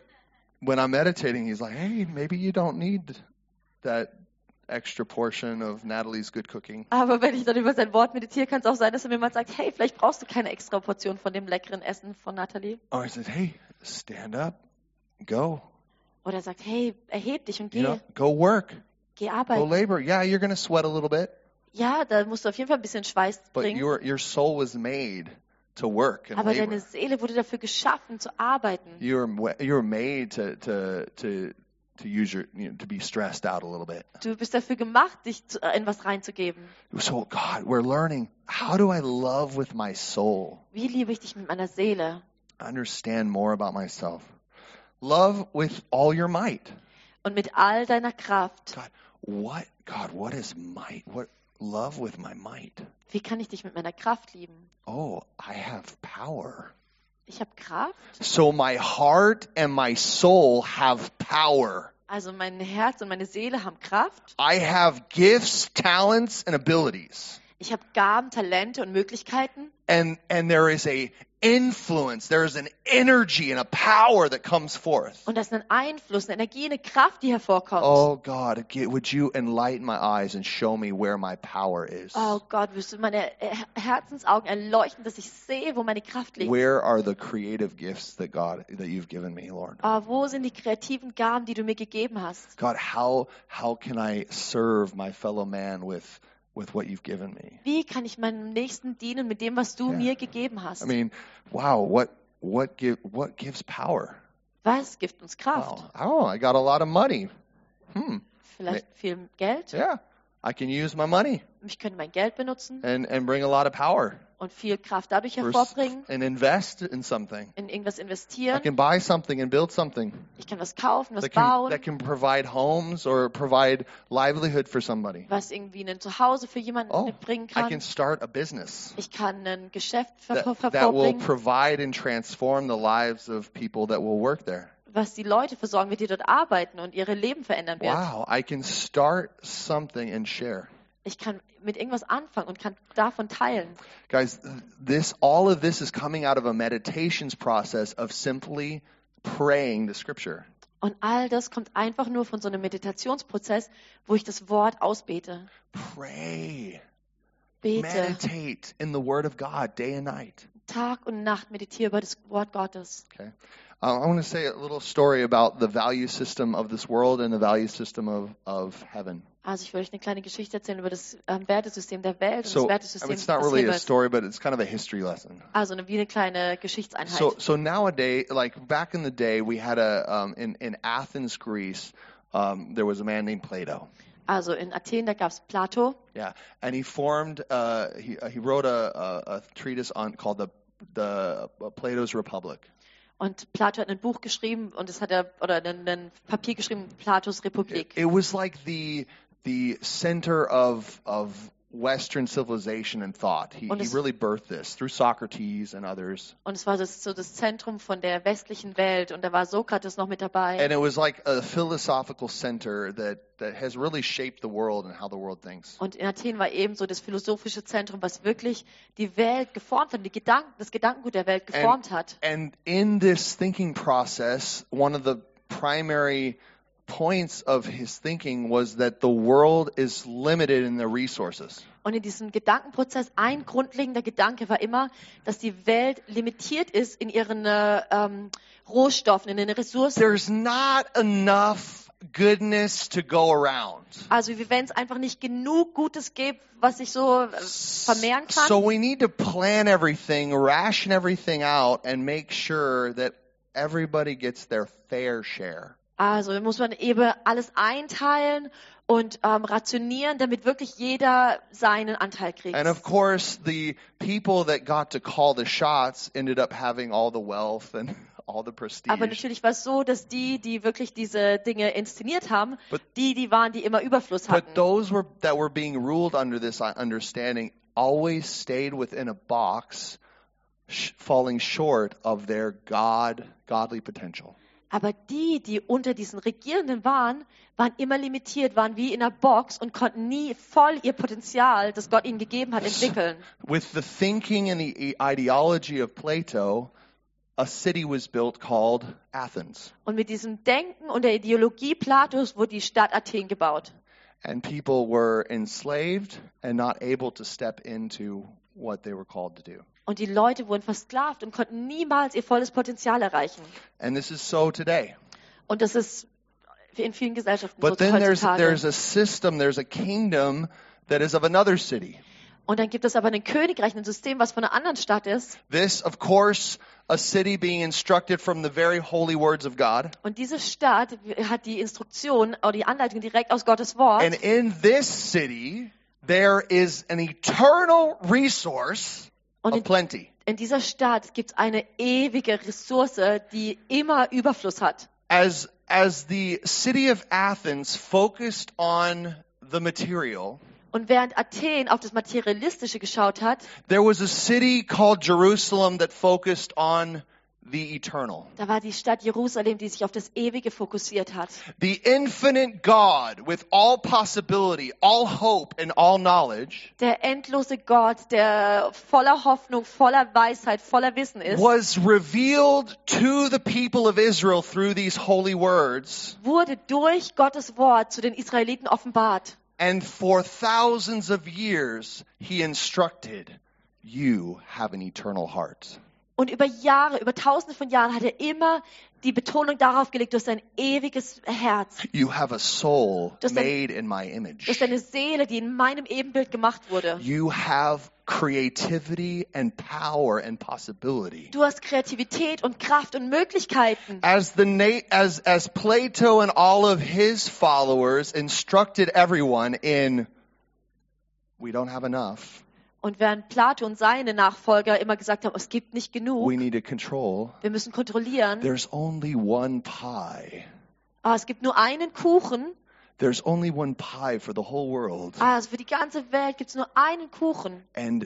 [SPEAKER 1] when I'm meditating, he's like, hey, maybe you don't need that extra portion of Natalie's good cooking.
[SPEAKER 2] Aber wenn ich dann über sein Wort meditiere, kann es auch sein, dass er mir mal sagt, hey, vielleicht brauchst du keine extra Portion von dem leckeren Essen von Nathalie.
[SPEAKER 1] Or I said, hey, stand up, go,
[SPEAKER 2] Oder er sagt, hey, erheb dich und
[SPEAKER 1] you
[SPEAKER 2] geh,
[SPEAKER 1] know, go work,
[SPEAKER 2] geh
[SPEAKER 1] go
[SPEAKER 2] arbeiten.
[SPEAKER 1] labor. Yeah, you're going to sweat a little bit,
[SPEAKER 2] Ja, da musst du auf jeden Fall ein bisschen Schweiß
[SPEAKER 1] but
[SPEAKER 2] bringen.
[SPEAKER 1] your your soul was made to work and
[SPEAKER 2] Aber deine
[SPEAKER 1] labor.
[SPEAKER 2] Seele wurde dafür geschaffen, zu arbeiten.
[SPEAKER 1] You were wa- you were made to to to to use your you know, to be stressed out a little bit.
[SPEAKER 2] Du bist dafür gemacht, dich zu, äh, in was reinzugeben.
[SPEAKER 1] So God, we're learning how do I love with my soul?
[SPEAKER 2] Wie liebe ich dich mit meiner Seele?
[SPEAKER 1] understand more about myself. Love with all your might.
[SPEAKER 2] Und mit all deiner Kraft.
[SPEAKER 1] God, what God, what is might? What love with my might?
[SPEAKER 2] Wie kann ich dich mit meiner Kraft lieben?
[SPEAKER 1] Oh, I have power.
[SPEAKER 2] Ich habe Kraft,
[SPEAKER 1] So my heart and my soul have power.
[SPEAKER 2] also mein Herz und meine Seele haben Kraft.
[SPEAKER 1] I have gifts, talents, and abilities.
[SPEAKER 2] Ich habe Gaben, Talente und Möglichkeiten.
[SPEAKER 1] And and there is a influence, there is an energy and a power that comes forth.
[SPEAKER 2] Und das ist ein Einfluss, eine Energie, eine Kraft, die hervorkommt.
[SPEAKER 1] Oh God, ge- would you enlighten my eyes and show me where my power is?
[SPEAKER 2] Oh Gott, wirst du meine äh, Herzensaugen erleuchten, dass ich sehe, wo meine Kraft liegt.
[SPEAKER 1] Where are the creative gifts that God that you've given me, Lord?
[SPEAKER 2] Oh, wo sind die kreativen Gaben, die du mir gegeben hast?
[SPEAKER 1] God, how how can I serve my fellow man with with what you've given me?
[SPEAKER 2] Wie kann ich meinem Nächsten dienen mit dem, was du
[SPEAKER 1] Ja.
[SPEAKER 2] mir gegeben hast?
[SPEAKER 1] I mean, wow, what what give what gives power?
[SPEAKER 2] Was gibt uns Kraft?
[SPEAKER 1] Wow. Oh, I got a lot of money. Hmm.
[SPEAKER 2] Vielleicht viel Geld?
[SPEAKER 1] Yeah. I can use my money
[SPEAKER 2] Ich könnte mein Geld benutzen
[SPEAKER 1] and, and bring a lot of power
[SPEAKER 2] und viel Kraft dadurch
[SPEAKER 1] for s-
[SPEAKER 2] hervorbringen,
[SPEAKER 1] and invest in something.
[SPEAKER 2] in irgendwas
[SPEAKER 1] I
[SPEAKER 2] investieren.
[SPEAKER 1] can buy something and build something
[SPEAKER 2] Ich kann was kaufen, was
[SPEAKER 1] that can,
[SPEAKER 2] bauen,
[SPEAKER 1] that can provide homes or provide livelihood for somebody.
[SPEAKER 2] was irgendwie ein Zuhause für jemanden
[SPEAKER 1] Oh,
[SPEAKER 2] bringen
[SPEAKER 1] I can
[SPEAKER 2] kann.
[SPEAKER 1] start a business
[SPEAKER 2] Ich kann ein Geschäft
[SPEAKER 1] that,
[SPEAKER 2] ver-
[SPEAKER 1] that will
[SPEAKER 2] hervorbringen,
[SPEAKER 1] provide and transform the lives of people that will work there.
[SPEAKER 2] was die Leute versorgen wird, die dort arbeiten und ihre Leben verändern wird.
[SPEAKER 1] Wow, I can start something and share.
[SPEAKER 2] Ich kann mit irgendwas anfangen und kann davon teilen.
[SPEAKER 1] Guys, this all of this is coming out of a meditations process of simply praying the scripture.
[SPEAKER 2] Und all das kommt einfach nur von so einem Meditationsprozess, wo ich das Wort ausbete.
[SPEAKER 1] Pray.
[SPEAKER 2] Bete.
[SPEAKER 1] Meditate in the Word of God day and night.
[SPEAKER 2] Tag und Nacht meditiere über das Wort Gottes.
[SPEAKER 1] Okay. Uh, I want to say a little story about the value system of this world and the value system of, of heaven.
[SPEAKER 2] Also ich würde euch eine kleine Geschichte erzählen über das ähm, Wertesystem der Welt und
[SPEAKER 1] So,
[SPEAKER 2] das
[SPEAKER 1] I
[SPEAKER 2] Wertesystem
[SPEAKER 1] mean, it's not
[SPEAKER 2] des
[SPEAKER 1] really a
[SPEAKER 2] Himmels.
[SPEAKER 1] story, but it's kind of a history lesson.
[SPEAKER 2] Also eine, wie eine kleine Geschichtseinheit.
[SPEAKER 1] So, so nowadays, like back in the day, we had a um, in in Athens, Greece, um, there was a man named Plato.
[SPEAKER 2] also in Athen, da gab es Plato
[SPEAKER 1] Yeah, and he formed. Uh, he he wrote a, a, a treatise on called the the uh, Plato's Republic.
[SPEAKER 2] und Plato hat ein Buch geschrieben und es hat er oder ein, ein Papier geschrieben, Platos Republik.
[SPEAKER 1] It was like the the center of of Western civilization and thought. He,
[SPEAKER 2] Und
[SPEAKER 1] he
[SPEAKER 2] es-
[SPEAKER 1] really birthed this through Socrates and others,
[SPEAKER 2] Und es war das, so das Zentrum von der westlichen Welt und da war Sokrates noch mit dabei.
[SPEAKER 1] and it was like a philosophical center that that has really shaped the world and how the world thinks.
[SPEAKER 2] Und in Athen war eben so das philosophische Zentrum, was wirklich die Welt geformt hat, die Gedanken, das Gedankengut der Welt geformt hat.
[SPEAKER 1] And in this thinking process, one of the primary points of his thinking was that the world is limited in their resources.
[SPEAKER 2] Und in diesem Gedankenprozess, ein grundlegender Gedanke war immer, dass die Welt limitiert ist in ihren äh, ähm, Rohstoffen, in den Ressourcen.
[SPEAKER 1] There's not enough goodness to go around.
[SPEAKER 2] Also wie wenn es einfach nicht genug Gutes gibt, was ich so äh, vermehren kann.
[SPEAKER 1] So we need to plan everything, ration everything out, and make sure that everybody gets their fair share.
[SPEAKER 2] Also muss man eben alles einteilen und ähm, rationieren, damit wirklich jeder seinen Anteil kriegt.
[SPEAKER 1] And of course, the people that got to call the shots ended up having all the wealth and [LAUGHS] all the
[SPEAKER 2] Aber
[SPEAKER 1] prestige.
[SPEAKER 2] natürlich war es so, dass die, die wirklich diese Dinge inszeniert haben,
[SPEAKER 1] But-
[SPEAKER 2] die, die waren, die immer Überfluss
[SPEAKER 1] But
[SPEAKER 2] hatten.
[SPEAKER 1] those were that were being ruled under this uh, understanding always stayed within a box, sh- falling short of their God godly potential.
[SPEAKER 2] Aber die, die unter diesen Regierenden waren, waren immer limitiert, waren wie in einer Box und konnten nie voll ihr Potenzial, das Gott ihnen gegeben hat, entwickeln.
[SPEAKER 1] With the thinking and the ideology of Plato, a city was built called Athens,
[SPEAKER 2] Und mit diesem Denken und der Ideologie Platos wurde die Stadt Athen gebaut.
[SPEAKER 1] and people were enslaved and not able to step into what they were called to do.
[SPEAKER 2] Und die Leute wurden versklavt und konnten niemals ihr volles Potenzial erreichen.
[SPEAKER 1] And this is so today.
[SPEAKER 2] Und das ist in vielen Gesellschaften
[SPEAKER 1] But
[SPEAKER 2] so
[SPEAKER 1] then there's
[SPEAKER 2] heutzutage.
[SPEAKER 1] there's a system, there's a kingdom that is of another city.
[SPEAKER 2] und dann gibt es aber ein Königreich, ein System, was von einer anderen Stadt ist.
[SPEAKER 1] This, of course, a city being instructed from the very holy words of God.
[SPEAKER 2] Und diese Stadt hat die Instruktion oder die Anleitung direkt aus Gottes Wort.
[SPEAKER 1] And in this city, there is an eternal resource
[SPEAKER 2] Und
[SPEAKER 1] of
[SPEAKER 2] in,
[SPEAKER 1] plenty.
[SPEAKER 2] in dieser Stadt gibt es eine ewige Ressource, die immer Überfluss hat.
[SPEAKER 1] As, as the city of Athens focused on the material,
[SPEAKER 2] Und während Athen auf das Materialistische geschaut hat,
[SPEAKER 1] there was a city called Jerusalem that focused on the eternal.
[SPEAKER 2] da war die Stadt Jerusalem, die sich auf das Ewige fokussiert hat.
[SPEAKER 1] The infinite God with all possibility, all hope, and all knowledge
[SPEAKER 2] Der endlose Gott, der voller Hoffnung, voller Weisheit, voller Wissen ist,
[SPEAKER 1] was revealed to the people of Israel through these holy words.
[SPEAKER 2] wurde durch Gottes Wort zu den Israeliten offenbart.
[SPEAKER 1] And for thousands of years, he instructed, You have an eternal heart.
[SPEAKER 2] Und über Jahre, über tausende von Jahren hat er immer die Betonung darauf gelegt, du hast ein ewiges Herz,
[SPEAKER 1] You have a soul
[SPEAKER 2] Just like-
[SPEAKER 1] made in my
[SPEAKER 2] du
[SPEAKER 1] image.
[SPEAKER 2] hast eine Seele, die in meinem Ebenbild gemacht wurde.
[SPEAKER 1] You have creativity and power and possibility.
[SPEAKER 2] Du hast Kreativität und Kraft und Möglichkeiten.
[SPEAKER 1] As the na- as as Plato and all of his followers instructed everyone in we don't have enough.
[SPEAKER 2] Und während Plato und seine Nachfolger immer gesagt haben, es gibt nicht genug,
[SPEAKER 1] We need to control.
[SPEAKER 2] wir müssen kontrollieren,
[SPEAKER 1] There's only one pie.
[SPEAKER 2] ah, es gibt nur einen Kuchen,
[SPEAKER 1] There's only one pie for the whole world.
[SPEAKER 2] ah, also für die ganze Welt gibt es nur einen Kuchen
[SPEAKER 1] And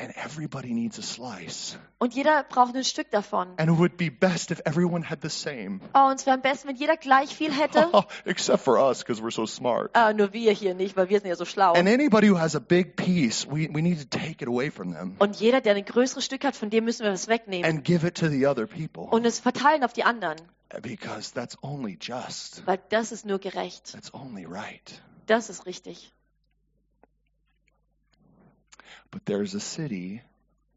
[SPEAKER 1] and everybody needs a slice.
[SPEAKER 2] und jeder braucht ein Stück davon.
[SPEAKER 1] And it would be best if everyone had the same.
[SPEAKER 2] Oh, und es wäre am besten, wenn jeder gleich
[SPEAKER 1] [LAUGHS]
[SPEAKER 2] viel hätte.
[SPEAKER 1] Except for us because we're so smart.
[SPEAKER 2] Ah, nur wir hier nicht, weil wir sind ja so schlau.
[SPEAKER 1] And anybody who has a big piece, we, we need to take it away from them
[SPEAKER 2] Und jeder, der ein größeres Stück hat, von dem müssen wir was wegnehmen
[SPEAKER 1] and give it to the other people.
[SPEAKER 2] und es verteilen auf die anderen,
[SPEAKER 1] Because that's only just.
[SPEAKER 2] weil das ist nur gerecht.
[SPEAKER 1] That's only right.
[SPEAKER 2] Das ist richtig.
[SPEAKER 1] But there's a city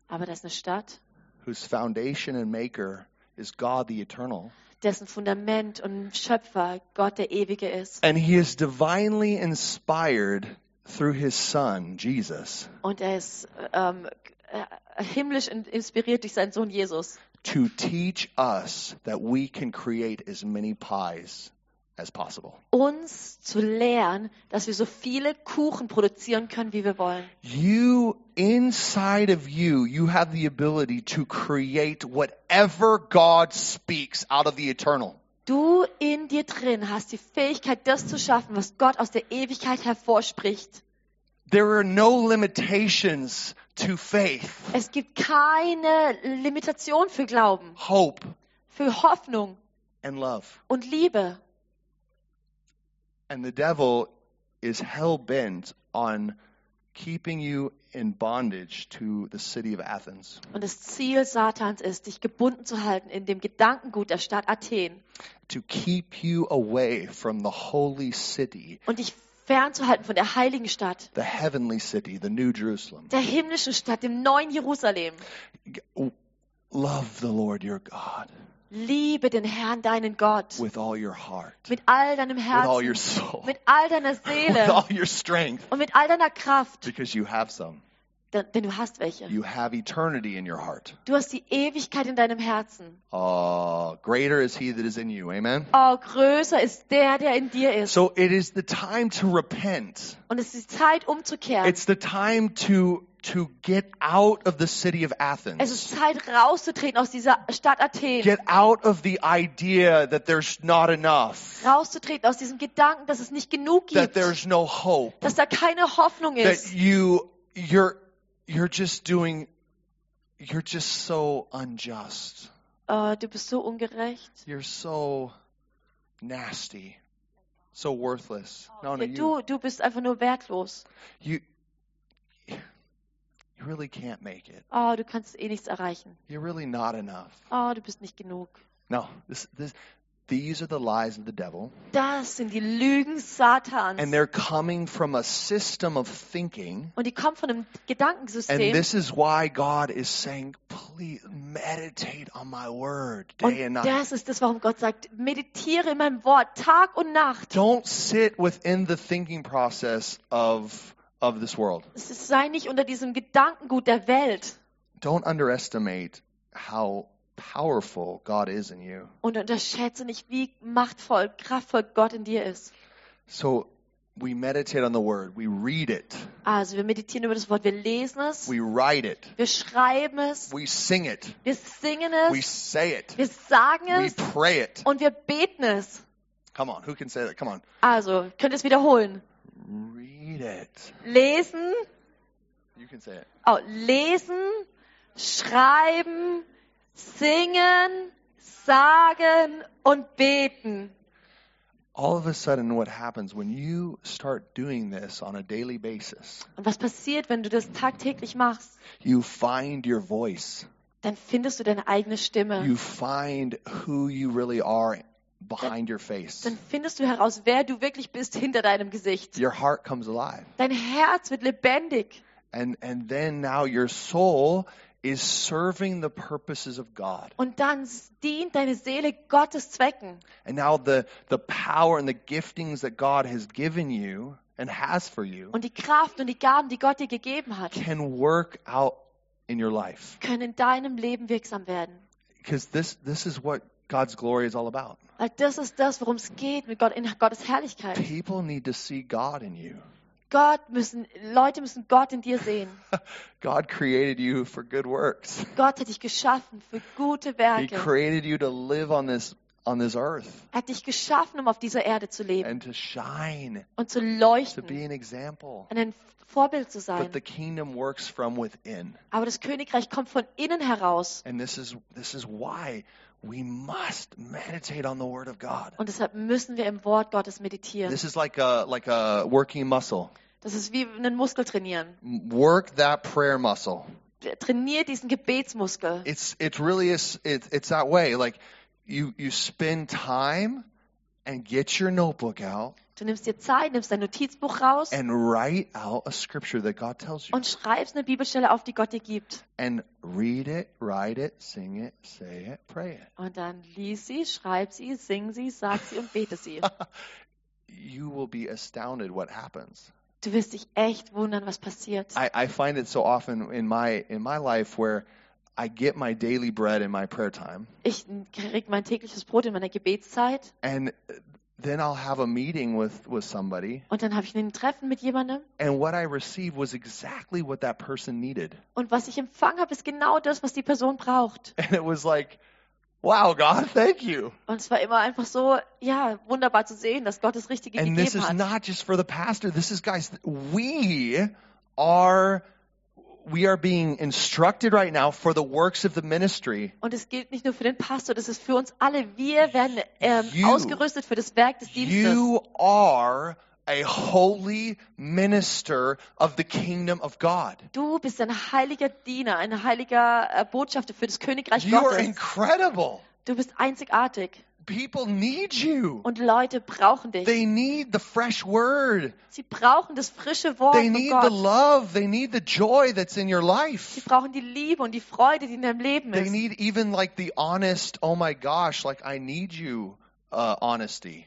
[SPEAKER 2] Aber das ist eine Stadt,
[SPEAKER 1] whose foundation and maker is God the eternal.
[SPEAKER 2] dessen Fundament und Schöpfer Gott der Ewige ist.
[SPEAKER 1] And he is divinely inspired through his son, Jesus,
[SPEAKER 2] Und er ist ähm, äh, himmlisch in- inspiriert durch seinen Sohn Jesus,
[SPEAKER 1] to teach us that we can create as many pies as possible.
[SPEAKER 2] uns zu lehren, dass wir so viele Kuchen produzieren können, wie wir wollen.
[SPEAKER 1] You, inside of you, you have the ability to create whatever God speaks out of the eternal.
[SPEAKER 2] Du in dir drin hast die Fähigkeit, das zu schaffen, was Gott aus der Ewigkeit hervorspricht.
[SPEAKER 1] There are no limitations to faith,
[SPEAKER 2] Es gibt keine Limitation für Glauben,
[SPEAKER 1] hope,
[SPEAKER 2] für Hoffnung
[SPEAKER 1] and love.
[SPEAKER 2] und Liebe.
[SPEAKER 1] And the devil is hell bent on keeping you in bondage to the city of Athens.
[SPEAKER 2] Und das Ziel Satans ist, dich gebunden zu halten in dem Gedankengut der Stadt Athen
[SPEAKER 1] to keep you away from the holy city,
[SPEAKER 2] und dich fernzuhalten von der heiligen Stadt.
[SPEAKER 1] the heavenly city, the new Jerusalem.
[SPEAKER 2] der himmlischen Stadt, dem neuen Jerusalem.
[SPEAKER 1] Love the Lord your God
[SPEAKER 2] Liebe den Herrn, deinen Gott,
[SPEAKER 1] with all your heart, with
[SPEAKER 2] mit all deinem
[SPEAKER 1] all your
[SPEAKER 2] Herzen,
[SPEAKER 1] soul,
[SPEAKER 2] mit all
[SPEAKER 1] [LAUGHS]
[SPEAKER 2] deiner
[SPEAKER 1] with
[SPEAKER 2] Seele
[SPEAKER 1] all your strength,
[SPEAKER 2] und mit all deiner Kraft,
[SPEAKER 1] because you have some.
[SPEAKER 2] denn denn du hast welche.
[SPEAKER 1] You have eternity in your heart.
[SPEAKER 2] Du hast die Ewigkeit in deinem Herzen.
[SPEAKER 1] Oh, greater is he that is in you. Amen.
[SPEAKER 2] Oh, größer ist der, der in dir ist.
[SPEAKER 1] So it is the time to repent.
[SPEAKER 2] Und es ist die Zeit, umzukehren.
[SPEAKER 1] It's the time to to get out of the city of
[SPEAKER 2] Es
[SPEAKER 1] Athens.
[SPEAKER 2] ist Zeit, rauszutreten aus dieser Stadt Athen.
[SPEAKER 1] Get out of the idea that there's not enough,
[SPEAKER 2] Rauszutreten aus diesem Gedanken, dass es nicht genug
[SPEAKER 1] that
[SPEAKER 2] gibt,
[SPEAKER 1] there's no hope,
[SPEAKER 2] dass da keine Hoffnung
[SPEAKER 1] that
[SPEAKER 2] ist,
[SPEAKER 1] you you're you're just doing you're just so unjust.
[SPEAKER 2] äh, du bist so ungerecht.
[SPEAKER 1] You're so nasty. So worthless. No, no,
[SPEAKER 2] Ja,
[SPEAKER 1] you
[SPEAKER 2] du, du bist einfach nur wertlos.
[SPEAKER 1] you you really can't make it.
[SPEAKER 2] Oh, du kannst eh nichts erreichen.
[SPEAKER 1] You're really not enough.
[SPEAKER 2] Oh, du bist nicht genug.
[SPEAKER 1] No, this, this, these are the lies of the devil,
[SPEAKER 2] Mm-hmm. Das sind die Lügen Satans.
[SPEAKER 1] and they're coming from a system of thinking.
[SPEAKER 2] Und die kommen von einem
[SPEAKER 1] And
[SPEAKER 2] Gedankensystem.
[SPEAKER 1] this is why God is saying, please meditate on my word
[SPEAKER 2] und
[SPEAKER 1] day and night.
[SPEAKER 2] das ist das, warum Gott sagt, meditiere in meinem Wort Tag und Nacht.
[SPEAKER 1] Don't sit within the thinking process of, of this world.
[SPEAKER 2] Es ist- sei nicht unter diesem Gedankengut der Welt
[SPEAKER 1] Don't underestimate how powerful God is in you.
[SPEAKER 2] und unterschätze nicht, wie machtvoll, kraftvoll Gott in dir ist.
[SPEAKER 1] So we meditate on the word, we read it,
[SPEAKER 2] Also wir meditieren über das Wort, wir lesen es,
[SPEAKER 1] we write it,
[SPEAKER 2] wir schreiben es,
[SPEAKER 1] we sing it,
[SPEAKER 2] wir singen
[SPEAKER 1] we
[SPEAKER 2] es,
[SPEAKER 1] say it,
[SPEAKER 2] wir sagen
[SPEAKER 1] we
[SPEAKER 2] es
[SPEAKER 1] pray it.
[SPEAKER 2] und wir beten es.
[SPEAKER 1] Come on, who can say that? Come on.
[SPEAKER 2] Also, könnt ihr es wiederholen?
[SPEAKER 1] Read it.
[SPEAKER 2] Lesen,
[SPEAKER 1] You can say it.
[SPEAKER 2] oh, lesen, schreiben, singen, sagen und beten.
[SPEAKER 1] All of a sudden, what happens when you start doing this on a daily basis,
[SPEAKER 2] Und was passiert, wenn du das tagtäglich machst?
[SPEAKER 1] you find your voice.
[SPEAKER 2] Dann findest du deine eigene Stimme.
[SPEAKER 1] You find who you really are behind your face.
[SPEAKER 2] Dann findest du heraus, wer du wirklich bist hinter deinem Gesicht.
[SPEAKER 1] Your heart comes alive.
[SPEAKER 2] Dein Herz wird lebendig.
[SPEAKER 1] And, and then now your soul is serving the purposes of God.
[SPEAKER 2] Und dann dient deine Seele Gottes Zwecken.
[SPEAKER 1] And now the, the power and the giftings that God has given you and has for you
[SPEAKER 2] Und die Kraft und die Gaben, die Gott dir gegeben hat,
[SPEAKER 1] can work out in your life.
[SPEAKER 2] können in deinem Leben wirksam werden.
[SPEAKER 1] Because this, this is what God's glory is all about.
[SPEAKER 2] Weil das ist das, worum es geht mit Gott, in Gottes Herrlichkeit.
[SPEAKER 1] People need to see God in you. [LAUGHS]
[SPEAKER 2] Gott müssen, Leute müssen Gott in dir sehen.
[SPEAKER 1] God created you for good works.
[SPEAKER 2] Gott hat dich geschaffen für gute
[SPEAKER 1] He
[SPEAKER 2] Werke.
[SPEAKER 1] created you to live on this on this earth
[SPEAKER 2] Er hat dich geschaffen, um auf dieser Erde zu leben
[SPEAKER 1] and to shine,
[SPEAKER 2] und zu
[SPEAKER 1] to be
[SPEAKER 2] leuchten
[SPEAKER 1] an example.
[SPEAKER 2] und ein Vorbild zu
[SPEAKER 1] But the
[SPEAKER 2] sein.
[SPEAKER 1] kingdom works from within.
[SPEAKER 2] Aber das Königreich kommt von innen heraus.
[SPEAKER 1] And this is this is why we must meditate on the word of God.
[SPEAKER 2] Und deshalb müssen wir im Wort Gottes meditieren.
[SPEAKER 1] This is like a like a working muscle.
[SPEAKER 2] Das ist wie einen Muskel trainieren.
[SPEAKER 1] Work that prayer muscle.
[SPEAKER 2] Trainier diesen Gebetsmuskel.
[SPEAKER 1] It's it really is it, it's that way. Like you you spend time and get your notebook out
[SPEAKER 2] Du nimmst dir Zeit, nimmst dein Notizbuch raus
[SPEAKER 1] and write out a scripture that God tells you
[SPEAKER 2] und schreibst eine Bibelstelle auf, die Gott dir gibt.
[SPEAKER 1] and read it, write it, sing it, say it, pray it.
[SPEAKER 2] Und dann lies sie, schreib sie, sing sie, sag sie und
[SPEAKER 1] [LAUGHS]
[SPEAKER 2] bete sie.
[SPEAKER 1] You will be astounded what happens.
[SPEAKER 2] Du wirst dich echt wundern, was passiert.
[SPEAKER 1] I, I find it so often in my in my life where I get my daily bread in my prayer time,
[SPEAKER 2] Ich krieg mein tägliches Brot in meiner Gebetszeit
[SPEAKER 1] and then I'll have a meeting with with somebody,
[SPEAKER 2] und dann habe ich ein Treffen mit jemandem
[SPEAKER 1] and what I received was exactly what that person needed, [LAUGHS]
[SPEAKER 2] und was ich empfangen habe, ist genau das, was die Person braucht.
[SPEAKER 1] and it was like, wow, God, thank you.
[SPEAKER 2] Und es war immer einfach so, ja, wunderbar zu sehen, dass Gott das Richtige
[SPEAKER 1] And this
[SPEAKER 2] gegeben
[SPEAKER 1] is
[SPEAKER 2] hat.
[SPEAKER 1] not just for the pastor. This is guys, we are we are being instructed right now for the works of the ministry.
[SPEAKER 2] Und es gilt nicht nur für den Pastor, das ist für uns alle. Wir werden ähm,
[SPEAKER 1] You-
[SPEAKER 2] ausgerüstet für das Werk des Dienstes.
[SPEAKER 1] You are a holy minister of the kingdom of God.
[SPEAKER 2] Du bist ein heiliger Diener, ein heiliger äh, Botschafter für das Königreich
[SPEAKER 1] You are
[SPEAKER 2] Gottes.
[SPEAKER 1] incredible.
[SPEAKER 2] Du bist einzigartig
[SPEAKER 1] People need you.
[SPEAKER 2] und Leute brauchen dich.
[SPEAKER 1] They need the fresh word.
[SPEAKER 2] Sie brauchen das frische Wort
[SPEAKER 1] They
[SPEAKER 2] von
[SPEAKER 1] need the
[SPEAKER 2] Gott.
[SPEAKER 1] love. They need the joy that's in your
[SPEAKER 2] Sie
[SPEAKER 1] life.
[SPEAKER 2] brauchen die Liebe und die Freude, die in deinem Leben
[SPEAKER 1] They
[SPEAKER 2] ist.
[SPEAKER 1] need even like the honest, oh my gosh, like I need you uh, honesty.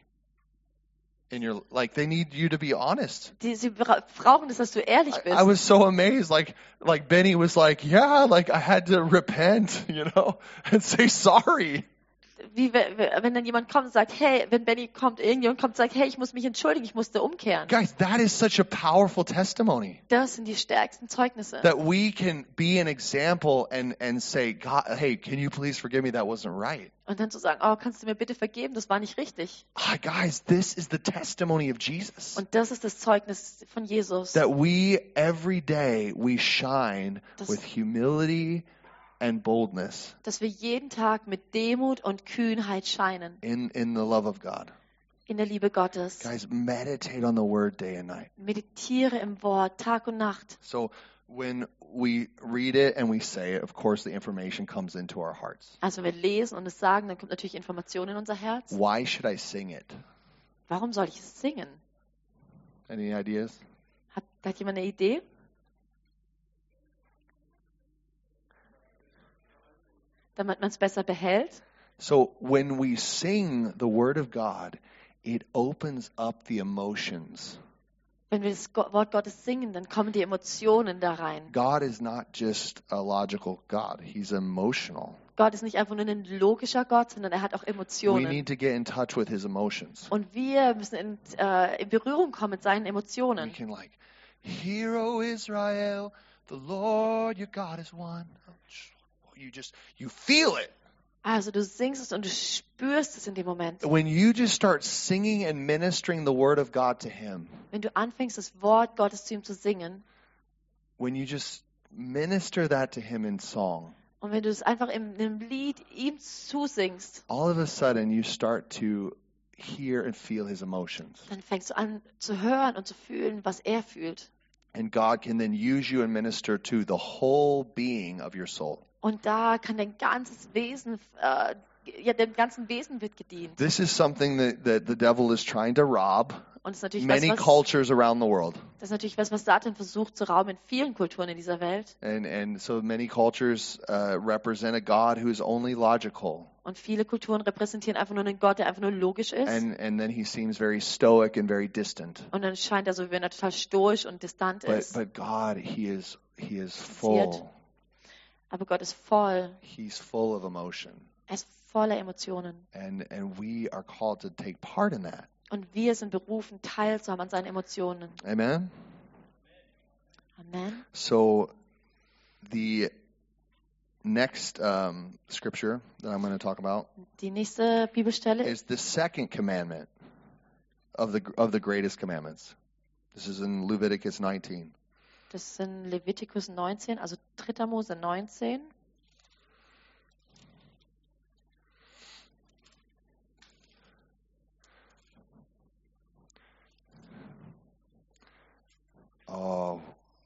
[SPEAKER 1] In your like they need you to be honest.
[SPEAKER 2] Die, sie bra brauchen das, dass du ehrlich
[SPEAKER 1] I, I
[SPEAKER 2] bist.
[SPEAKER 1] was so amazed. Like, like Benny was like, yeah, like I had to repent, [LAUGHS] you know, and say sorry.
[SPEAKER 2] Wie, we- we- wenn dann jemand kommt und sagt, hey, wenn Benny kommt, irgendjemand kommt und sagt, hey, ich muss mich entschuldigen, ich musste umkehren.
[SPEAKER 1] Guys, that is such a powerful testimony
[SPEAKER 2] Das sind die stärksten Zeugnisse.
[SPEAKER 1] that we can be an example and, and say, God, hey, can you please forgive me? That wasn't right.
[SPEAKER 2] Und dann zu sagen, oh, kannst du mir bitte vergeben, das war nicht richtig.
[SPEAKER 1] Ah, guys, this is the testimony of Jesus.
[SPEAKER 2] Und das ist das Zeugnis von Jesus.
[SPEAKER 1] That we, every day, we shine
[SPEAKER 2] Das-
[SPEAKER 1] with humility and boldness
[SPEAKER 2] dass wir jeden Tag mit Demut und Kühnheit scheinen
[SPEAKER 1] in, in the love of God.
[SPEAKER 2] in der Liebe Gottes.
[SPEAKER 1] Guys, meditate on the word day and night.
[SPEAKER 2] Meditiere im Wort Tag und Nacht.
[SPEAKER 1] So when we read it and we say it, of course the information comes into our hearts.
[SPEAKER 2] Also wenn wir lesen und es sagen, dann kommt natürlich Information in unser Herz.
[SPEAKER 1] Why should I sing it?
[SPEAKER 2] Warum soll ich es singen?
[SPEAKER 1] Any ideas?
[SPEAKER 2] Hat, hat jemand eine Idee? Damit man es besser behält.
[SPEAKER 1] So when we sing the word of God, it opens up the emotions.
[SPEAKER 2] Wenn wir das Go- Wort Gottes singen, dann kommen die Emotionen da rein.
[SPEAKER 1] God is not just a logical God. He's emotional.
[SPEAKER 2] Gott ist nicht einfach nur ein logischer Gott, sondern er hat auch
[SPEAKER 1] We
[SPEAKER 2] Emotionen.
[SPEAKER 1] need to get in touch with his emotions.
[SPEAKER 2] Und wir müssen in, äh, in Berührung kommen mit seinen
[SPEAKER 1] We
[SPEAKER 2] Emotionen.
[SPEAKER 1] can like, Hear, O Israel, the Lord your God is one. You just, you feel it.
[SPEAKER 2] Also du singst es und du spürst es in dem Moment.
[SPEAKER 1] When you just start singing and ministering the word of God to him,
[SPEAKER 2] Wenn du anfängst, das Wort Gottes zu ihm zu singen
[SPEAKER 1] when you just minister that to him in song,
[SPEAKER 2] und wenn du es einfach in einem Lied ihm zusingst,
[SPEAKER 1] all of a sudden you start to hear and feel his emotions.
[SPEAKER 2] dann fängst du an zu hören und zu fühlen, was er fühlt.
[SPEAKER 1] And God can then use you and minister to the whole being of your soul.
[SPEAKER 2] Und da kann dein ganzes Wesen, äh, ja, dem ganzen Wesen wird gedient.
[SPEAKER 1] This is something that, that the devil is trying to rob
[SPEAKER 2] Und das ist natürlich was,
[SPEAKER 1] many
[SPEAKER 2] was,
[SPEAKER 1] cultures around the world.
[SPEAKER 2] das ist natürlich was, was Satan versucht zu rauben in vielen Kulturen in dieser Welt.
[SPEAKER 1] And, and so many cultures uh, represent a God who is only logical.
[SPEAKER 2] Und viele Kulturen repräsentieren einfach nur einen Gott, der einfach nur logisch ist.
[SPEAKER 1] And, and then he seems very stoic and very distant.
[SPEAKER 2] und dann scheint er so, wie wenn er total stoisch und distant
[SPEAKER 1] But,
[SPEAKER 2] ist.
[SPEAKER 1] but God, he is, he is
[SPEAKER 2] yet-
[SPEAKER 1] full.
[SPEAKER 2] Aber Gott ist voll.
[SPEAKER 1] He's full of emotion.
[SPEAKER 2] Er ist voller Emotionen.
[SPEAKER 1] And, and we are called to take part in that.
[SPEAKER 2] Und wir sind berufen, teilzuhaben an seinen Emotionen.
[SPEAKER 1] Amen?
[SPEAKER 2] Amen.
[SPEAKER 1] So the next um, scripture that I'm going to talk about
[SPEAKER 2] Die nächste Bibelstelle ist
[SPEAKER 1] is the second commandment of the of the greatest commandments. This is in Leviticus 19.
[SPEAKER 2] das ist in Levitikus 19, also 3. Mose 19.
[SPEAKER 1] Oh,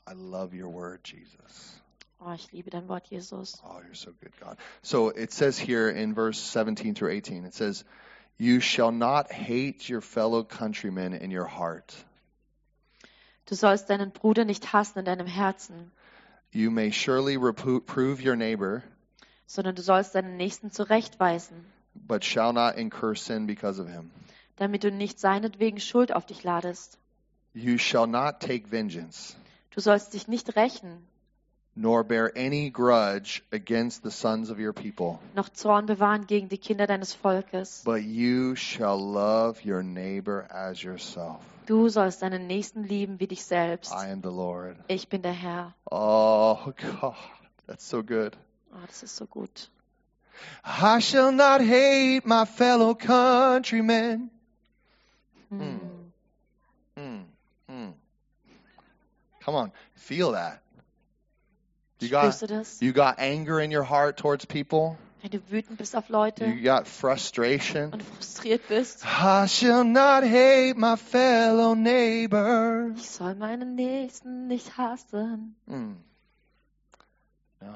[SPEAKER 1] I love your word, Jesus.
[SPEAKER 2] Oh, ich liebe dein Wort, Jesus.
[SPEAKER 1] Oh, you're so good, God. So it says here in verse 17 through 18, it says, "You shall not hate your fellow countrymen in your heart.
[SPEAKER 2] Du sollst deinen Bruder nicht hassen in deinem Herzen,
[SPEAKER 1] You may surely reprove your neighbor,
[SPEAKER 2] sondern du sollst deinen Nächsten zurechtweisen,
[SPEAKER 1] but shall not incur sin because of him."
[SPEAKER 2] damit du nicht seinetwegen Schuld auf dich ladest.
[SPEAKER 1] You shall not take vengeance,
[SPEAKER 2] Du sollst dich nicht rächen,
[SPEAKER 1] nor bear any grudge against the sons of your people,
[SPEAKER 2] noch Zorn bewahren gegen die Kinder deines Volkes.
[SPEAKER 1] but you shall love your neighbor as yourself.
[SPEAKER 2] Du sollst deinen Nächsten lieben wie dich selbst.
[SPEAKER 1] I am the Lord.
[SPEAKER 2] Ich bin der Herr.
[SPEAKER 1] Oh, [LAUGHS] God, that's so good.
[SPEAKER 2] Oh, das ist so gut.
[SPEAKER 1] I shall not hate my fellow countrymen.
[SPEAKER 2] Hm.
[SPEAKER 1] Hm. Mm, mm. Come on, feel that. You
[SPEAKER 2] Spürst
[SPEAKER 1] got,
[SPEAKER 2] du das?
[SPEAKER 1] you got anger in your heart towards people,
[SPEAKER 2] Wenn du wütend bist auf Leute
[SPEAKER 1] you got frustration.
[SPEAKER 2] und frustriert bist,
[SPEAKER 1] I shall not hate my fellow neighbor.
[SPEAKER 2] ich soll meinen Nächsten nicht hassen.
[SPEAKER 1] Mm. No.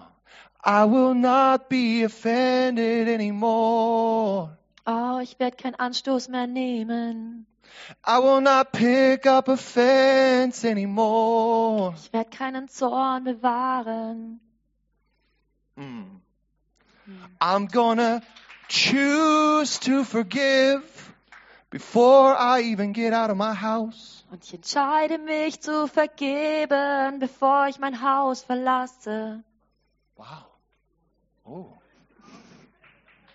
[SPEAKER 1] I will not be offended anymore.
[SPEAKER 2] Oh, ich werde keinen Anstoß mehr nehmen.
[SPEAKER 1] I will not pick up offense anymore.
[SPEAKER 2] Ich werde keinen Zorn bewahren.
[SPEAKER 1] Mm. I'm gonna choose to forgive before I even get out of my house.
[SPEAKER 2] Und ich entscheide mich zu vergeben, bevor ich mein Haus verlasse.
[SPEAKER 1] Wow. Oh.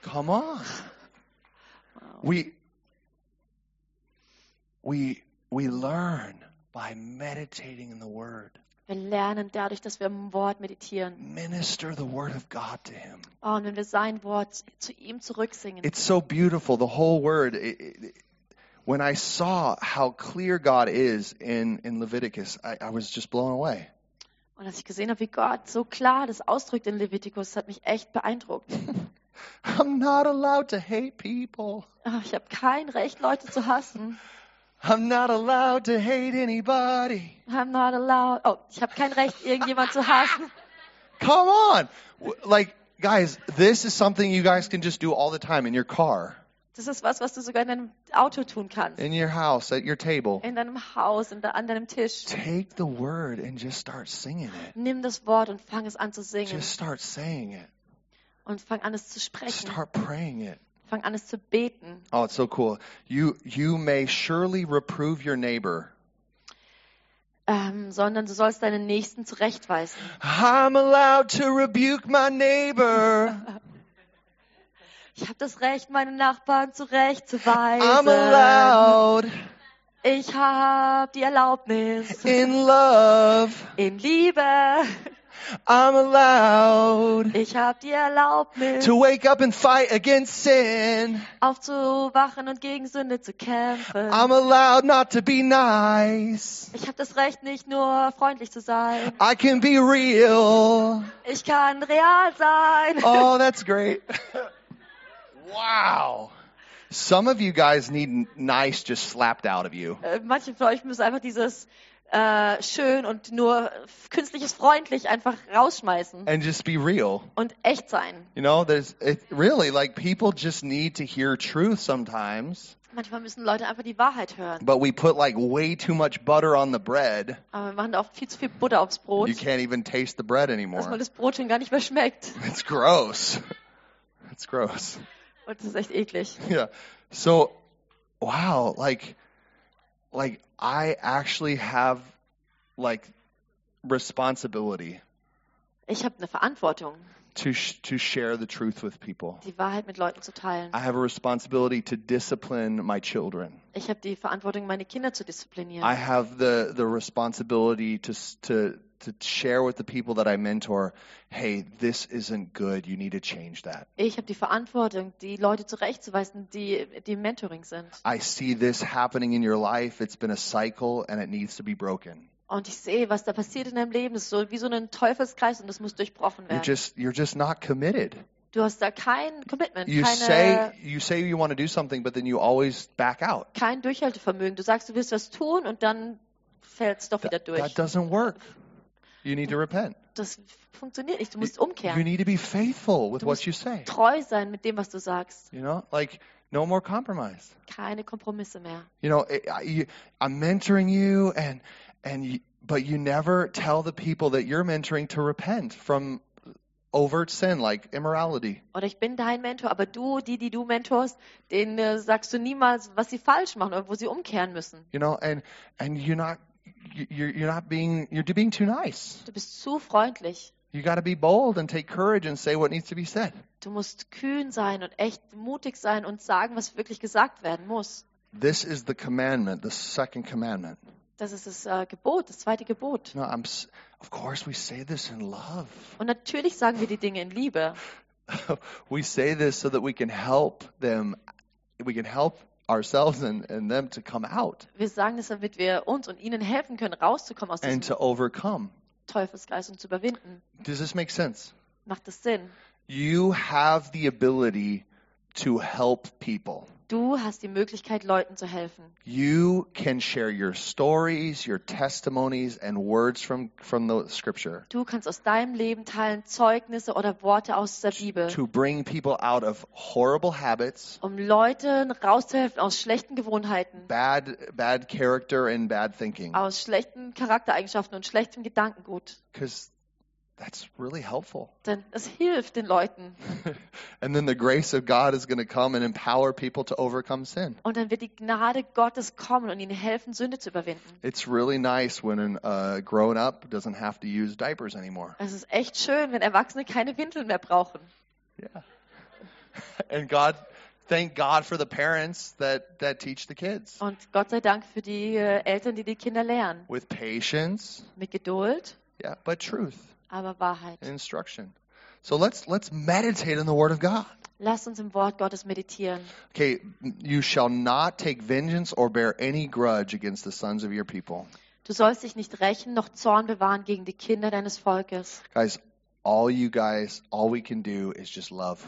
[SPEAKER 1] Come on. We we we learn by meditating in the word.
[SPEAKER 2] Wir lernen dadurch, dass wir im Wort meditieren.
[SPEAKER 1] Minister the word of God to him.
[SPEAKER 2] Oh, und wenn wir sein Wort zu ihm zurücksingen.
[SPEAKER 1] It's so beautiful the whole word. It- it- it- when I saw how clear God is in in Leviticus, I, I was just blown away.
[SPEAKER 2] Und als ich gesehen habe, wie Gott so klar das ausdrückt in Levitikus, das hat mich echt beeindruckt.
[SPEAKER 1] I'm not allowed to hate people.
[SPEAKER 2] Oh, ich habe kein Recht, Leute zu hassen.
[SPEAKER 1] I'm not allowed to hate anybody.
[SPEAKER 2] I'm not allowed. Oh, ich habe kein Recht, irgendjemand zu hassen.
[SPEAKER 1] Come on. W- Like guys, this is something you guys can just do all the time in your car,
[SPEAKER 2] Das ist was, was du sogar in deinem Auto tun kannst.
[SPEAKER 1] in your house, at your table.
[SPEAKER 2] In deinem Haus, in de an deinem Tisch.
[SPEAKER 1] Take the word and just start singing it.
[SPEAKER 2] Nimm das Wort und fang es an zu singen.
[SPEAKER 1] Just start saying it.
[SPEAKER 2] Und fang an, es zu sprechen.
[SPEAKER 1] Start praying it.
[SPEAKER 2] Fang an, es zu beten.
[SPEAKER 1] Oh, it's so cool. You you may surely reprove your neighbor.
[SPEAKER 2] Ähm, sondern du sollst deinen Nächsten zurechtweisen.
[SPEAKER 1] I'm allowed to rebuke my neighbor.
[SPEAKER 2] Ich habe das Recht, meine Nachbarn zurechtzuweisen.
[SPEAKER 1] I'm allowed
[SPEAKER 2] Ich habe die Erlaubnis.
[SPEAKER 1] in love.
[SPEAKER 2] In Liebe.
[SPEAKER 1] I'm allowed
[SPEAKER 2] Ich habe die Erlaubnis,
[SPEAKER 1] to wake up and fight against sin.
[SPEAKER 2] aufzuwachen und gegen Sünde zu kämpfen.
[SPEAKER 1] I'm allowed not to be nice.
[SPEAKER 2] Ich habe das Recht, nicht nur freundlich zu sein.
[SPEAKER 1] I can be real.
[SPEAKER 2] Ich kann real sein.
[SPEAKER 1] Oh, that's great. [LAUGHS] wow. Some of you guys need nice just slapped out of you.
[SPEAKER 2] Äh, Manche von euch müssen einfach dieses äh, schön und nur künstliches freundlich einfach rausschmeißen
[SPEAKER 1] and just be real.
[SPEAKER 2] und echt sein.
[SPEAKER 1] You know, there's it, really like people just need to hear truth sometimes,
[SPEAKER 2] Manchmal müssen Leute einfach die Wahrheit hören.
[SPEAKER 1] but we put like way too much butter on the bread.
[SPEAKER 2] Aber wir machen auch viel zu viel Butter aufs
[SPEAKER 1] You
[SPEAKER 2] Brot,
[SPEAKER 1] can't even taste the bread
[SPEAKER 2] dass man
[SPEAKER 1] anymore.
[SPEAKER 2] das Brot schon gar nicht mehr schmeckt.
[SPEAKER 1] It's gross. [LAUGHS] It's gross. [LAUGHS]
[SPEAKER 2] Und das ist echt eklig.
[SPEAKER 1] Yeah. So, wow, like like I actually have like responsibility
[SPEAKER 2] Ich habe eine Verantwortung,
[SPEAKER 1] to sh- to share the truth with people.
[SPEAKER 2] die Wahrheit mit Leuten zu teilen.
[SPEAKER 1] I have a responsibility to discipline my children.
[SPEAKER 2] Ich habe die Verantwortung, meine Kinder zu disziplinieren.
[SPEAKER 1] I have the the responsibility to s- to to share with the people that I mentor, hey, this isn't good. You need to change that.
[SPEAKER 2] Ich habe die Verantwortung, die Leute zurechtzuweisen, die, die im Mentoring sind.
[SPEAKER 1] I see this happening in your life. It's been a cycle and it needs to be broken.
[SPEAKER 2] Und ich sehe, was da passiert in deinem Leben. Das ist so wie so ein Teufelskreis und das muss durchbrochen
[SPEAKER 1] You're
[SPEAKER 2] werden.
[SPEAKER 1] just you're just not committed.
[SPEAKER 2] Du hast da kein Commitment,
[SPEAKER 1] You say
[SPEAKER 2] keine,
[SPEAKER 1] you say you want to do something but then you always back out.
[SPEAKER 2] kein Durchhaltevermögen. Du sagst, du willst was tun und dann fällt es doch wieder
[SPEAKER 1] That, that
[SPEAKER 2] durch.
[SPEAKER 1] doesn't work. You need to repent.
[SPEAKER 2] Das funktioniert nicht. Du musst
[SPEAKER 1] You
[SPEAKER 2] umkehren.
[SPEAKER 1] need to be faithful with
[SPEAKER 2] Du
[SPEAKER 1] what
[SPEAKER 2] musst
[SPEAKER 1] you say.
[SPEAKER 2] Treu sein mit dem, was du sagst.
[SPEAKER 1] You know, like no more compromise.
[SPEAKER 2] Keine Kompromisse mehr.
[SPEAKER 1] You know, it, I, you, I'm mentoring you, and and you, but you never tell the people that you're mentoring to repent from overt sin like immorality.
[SPEAKER 2] Oder ich bin dein Mentor, aber du, die, die du mentorst, denen äh, sagst du niemals, was sie falsch machen oder wo sie umkehren müssen.
[SPEAKER 1] You know, and and you're not you- you're you're not being you're being too nice.
[SPEAKER 2] Du bist zu freundlich.
[SPEAKER 1] You got to be bold and take courage and say what needs to be said.
[SPEAKER 2] Du musst kühn sein und echt mutig sein und sagen, was wirklich gesagt werden muss.
[SPEAKER 1] This is the commandment, the second commandment.
[SPEAKER 2] Das ist das äh, Gebot, das zweite Gebot.
[SPEAKER 1] You know, I'm s- of course we say this in love. [LAUGHS]
[SPEAKER 2] Und natürlich sagen wir die Dinge in Liebe.
[SPEAKER 1] we say this so that we can help them. We can help ourselves and, and them to come out.
[SPEAKER 2] Wir sagen das, damit wir uns und ihnen helfen können, rauszukommen aus diesem
[SPEAKER 1] and to overcome.
[SPEAKER 2] Teufelsgeist und zu überwinden.
[SPEAKER 1] Does this make sense?
[SPEAKER 2] Macht das Sinn?
[SPEAKER 1] You have the ability to help people.
[SPEAKER 2] Du hast die Möglichkeit, Leuten zu helfen.
[SPEAKER 1] You can share your stories, your testimonies, and words from, from the scripture
[SPEAKER 2] Du kannst aus deinem Leben teilen Zeugnisse oder Worte aus der Bibel,
[SPEAKER 1] to bring people out of horrible habits,
[SPEAKER 2] um Leuten rauszuhelfen aus schlechten Gewohnheiten,
[SPEAKER 1] bad, bad character, and bad thinking.
[SPEAKER 2] aus schlechten Charaktereigenschaften und schlechtem Gedankengut.
[SPEAKER 1] Because that's really helpful. [LAUGHS]
[SPEAKER 2] Denn es hilft den Leuten.
[SPEAKER 1] and then the grace of God is going to come and empower people to overcome sin.
[SPEAKER 2] Und dann wird die Gnade Gottes kommen und ihnen helfen, Sünde zu überwinden.
[SPEAKER 1] It's really nice when a uh, grown up doesn't have to use diapers anymore.
[SPEAKER 2] Es ist echt schön, wenn Erwachsene keine Windeln mehr brauchen.
[SPEAKER 1] Yeah. And God, thank God for the parents that, that teach the kids
[SPEAKER 2] Und Gott sei Dank für die äh, Eltern, die die Kinder lehren.
[SPEAKER 1] with patience,
[SPEAKER 2] Mit Geduld,
[SPEAKER 1] yeah, but truth
[SPEAKER 2] aber Wahrheit.
[SPEAKER 1] and instruction. So let's let's meditate on the Word of God.
[SPEAKER 2] Lasst uns im Wort Gottes meditieren.
[SPEAKER 1] Okay, you shall not take vengeance or bear any grudge against the sons of your people,
[SPEAKER 2] Du sollst dich nicht rächen, noch Zorn bewahren gegen die Kinder deines Volkes.
[SPEAKER 1] guys. All you guys, all we can do is just love.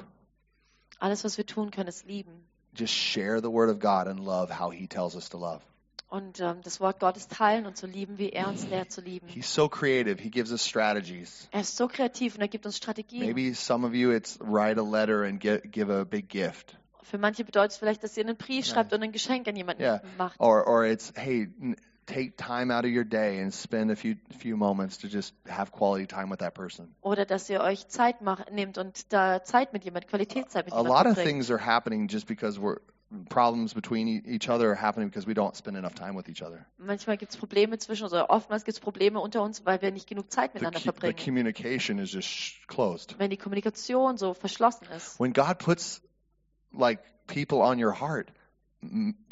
[SPEAKER 2] Alles, was wir tun können, ist lieben.
[SPEAKER 1] Just share the Word of God and love how He tells us to love.
[SPEAKER 2] Und ähm, das Wort Gottes teilen und so lieben, wie er uns lehrt zu lieben.
[SPEAKER 1] He's so creative. He gives us strategies.
[SPEAKER 2] Er ist so kreativ und er gibt uns Strategien.
[SPEAKER 1] Maybe some of you, it's write a letter and get, give a big gift.
[SPEAKER 2] Für manche bedeutet es vielleicht, dass ihr einen Brief schreibt und ein Geschenk an jemanden
[SPEAKER 1] Yeah.
[SPEAKER 2] macht.
[SPEAKER 1] Or, or it's, hey, n- take time out of your day and spend a few, few moments to just have quality time with that person.
[SPEAKER 2] Oder dass ihr euch Zeit macht, nehmt und da Zeit mit jemandem, Qualitätszeit mit
[SPEAKER 1] A lot
[SPEAKER 2] jemandem
[SPEAKER 1] of
[SPEAKER 2] verbringt.
[SPEAKER 1] things are happening just because we're, problems between e- each other are happening because we don't spend enough time with each other.
[SPEAKER 2] Manchmal gibt es Probleme zwischen uns, oder oftmals gibt es Probleme unter uns, weil wir nicht genug Zeit
[SPEAKER 1] The,
[SPEAKER 2] miteinander
[SPEAKER 1] cu- the
[SPEAKER 2] verbringen.
[SPEAKER 1] communication is just sh- closed.
[SPEAKER 2] wenn die Kommunikation so verschlossen ist.
[SPEAKER 1] When God puts like people on your heart,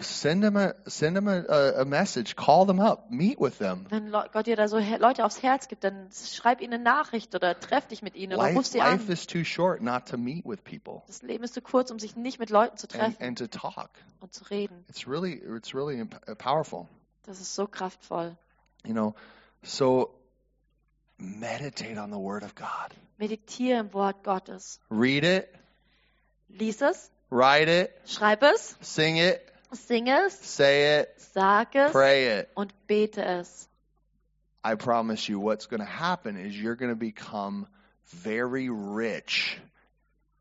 [SPEAKER 1] send them a send them a, a, a message. Call them up. Meet with them.
[SPEAKER 2] Wenn Leu- Gott dir da so He- Leute aufs Herz gibt, dann schreib ihnen eine Nachricht oder treff dich mit ihnen oder ruf
[SPEAKER 1] Life,
[SPEAKER 2] sie
[SPEAKER 1] life
[SPEAKER 2] an.
[SPEAKER 1] is too short not to meet with people
[SPEAKER 2] Das Leben ist zu kurz, um sich nicht mit Leuten zu
[SPEAKER 1] and,
[SPEAKER 2] treffen
[SPEAKER 1] and to talk.
[SPEAKER 2] und zu reden.
[SPEAKER 1] It's really it's really imp- uh, powerful.
[SPEAKER 2] Das ist so kraftvoll.
[SPEAKER 1] You know, so meditate on the Word of God.
[SPEAKER 2] Meditiere im Wort Gottes.
[SPEAKER 1] Read it,
[SPEAKER 2] Lies es,
[SPEAKER 1] write it,
[SPEAKER 2] schreib es,
[SPEAKER 1] sing it,
[SPEAKER 2] sing es,
[SPEAKER 1] say it,
[SPEAKER 2] sag es
[SPEAKER 1] pray it.
[SPEAKER 2] und bete es.
[SPEAKER 1] I promise you, what's going to happen is you're going to become very rich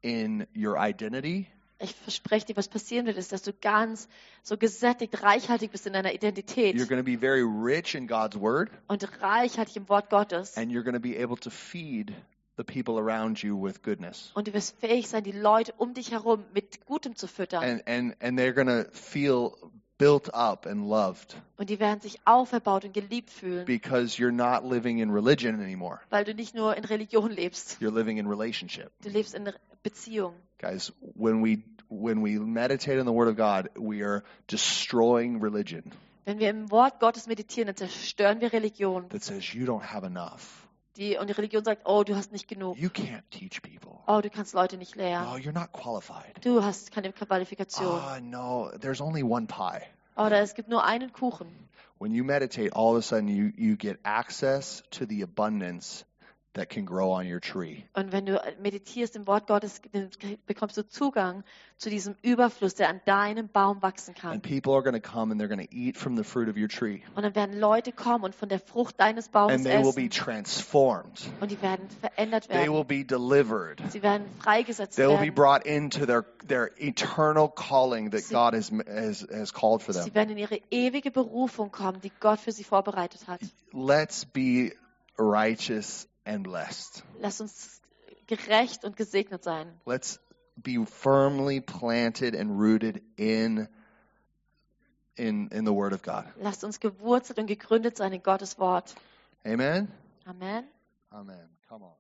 [SPEAKER 1] in your identity
[SPEAKER 2] Ich verspreche dir, was passieren wird, ist, dass du ganz so gesättigt, reichhaltig bist in deiner Identität
[SPEAKER 1] You're going to be very rich in God's word,
[SPEAKER 2] und reichhaltig im Wort Gottes.
[SPEAKER 1] and you're going to be able to feed the people around you with goodness.
[SPEAKER 2] Und du wirst fähig sein, die Leute um dich herum mit Gutem zu füttern.
[SPEAKER 1] And and and they're going to feel built up and loved
[SPEAKER 2] Und die werden sich auferbaut und geliebt fühlen,
[SPEAKER 1] because you're not living in religion anymore.
[SPEAKER 2] weil du nicht nur in Religion lebst,
[SPEAKER 1] You're living in relationship.
[SPEAKER 2] du lebst in Beziehung.
[SPEAKER 1] Guys, when we when we meditate on the word of God, we are destroying religion
[SPEAKER 2] Wenn wir im Wort Gottes meditieren, dann zerstören wir Religion.
[SPEAKER 1] that says you don't have enough.
[SPEAKER 2] Die, und die Religion sagt, oh, du hast nicht genug.
[SPEAKER 1] You can't teach people.
[SPEAKER 2] Oh, du kannst Leute nicht lehren.
[SPEAKER 1] Oh, you're not qualified.
[SPEAKER 2] Du hast keine Qualifikation.
[SPEAKER 1] Ah, no, there's only one pie.
[SPEAKER 2] Oder es gibt nur einen Kuchen.
[SPEAKER 1] When you meditate, all of a sudden you, you get access to the abundance that can grow on your tree.
[SPEAKER 2] Und wenn du meditierst im Wort Gottes, dann bekommst du Zugang zu diesem Überfluss, der an deinem Baum wachsen kann.
[SPEAKER 1] And people are going to come and they're going to eat from the fruit of your tree.
[SPEAKER 2] Und dann werden Leute kommen und von der Frucht deines Baumes
[SPEAKER 1] And they will be
[SPEAKER 2] essen.
[SPEAKER 1] transformed.
[SPEAKER 2] Und die werden verändert
[SPEAKER 1] They
[SPEAKER 2] werden.
[SPEAKER 1] will be delivered.
[SPEAKER 2] Sie werden freigesetzt
[SPEAKER 1] They will be
[SPEAKER 2] werden.
[SPEAKER 1] brought into their, their eternal calling that
[SPEAKER 2] Sie-
[SPEAKER 1] God has, has, has called for them.
[SPEAKER 2] Sie werden in ihre ewige Berufung kommen, die Gott für sie vorbereitet hat.
[SPEAKER 1] Let's be righteous and blessed.
[SPEAKER 2] Lass uns gerecht und gesegnet sein.
[SPEAKER 1] Let's be firmly planted and rooted in in in the word of God.
[SPEAKER 2] Lasst uns gewurzelt und gegründet sein in Gottes Wort.
[SPEAKER 1] Amen.
[SPEAKER 2] Amen.
[SPEAKER 1] Amen. Come on.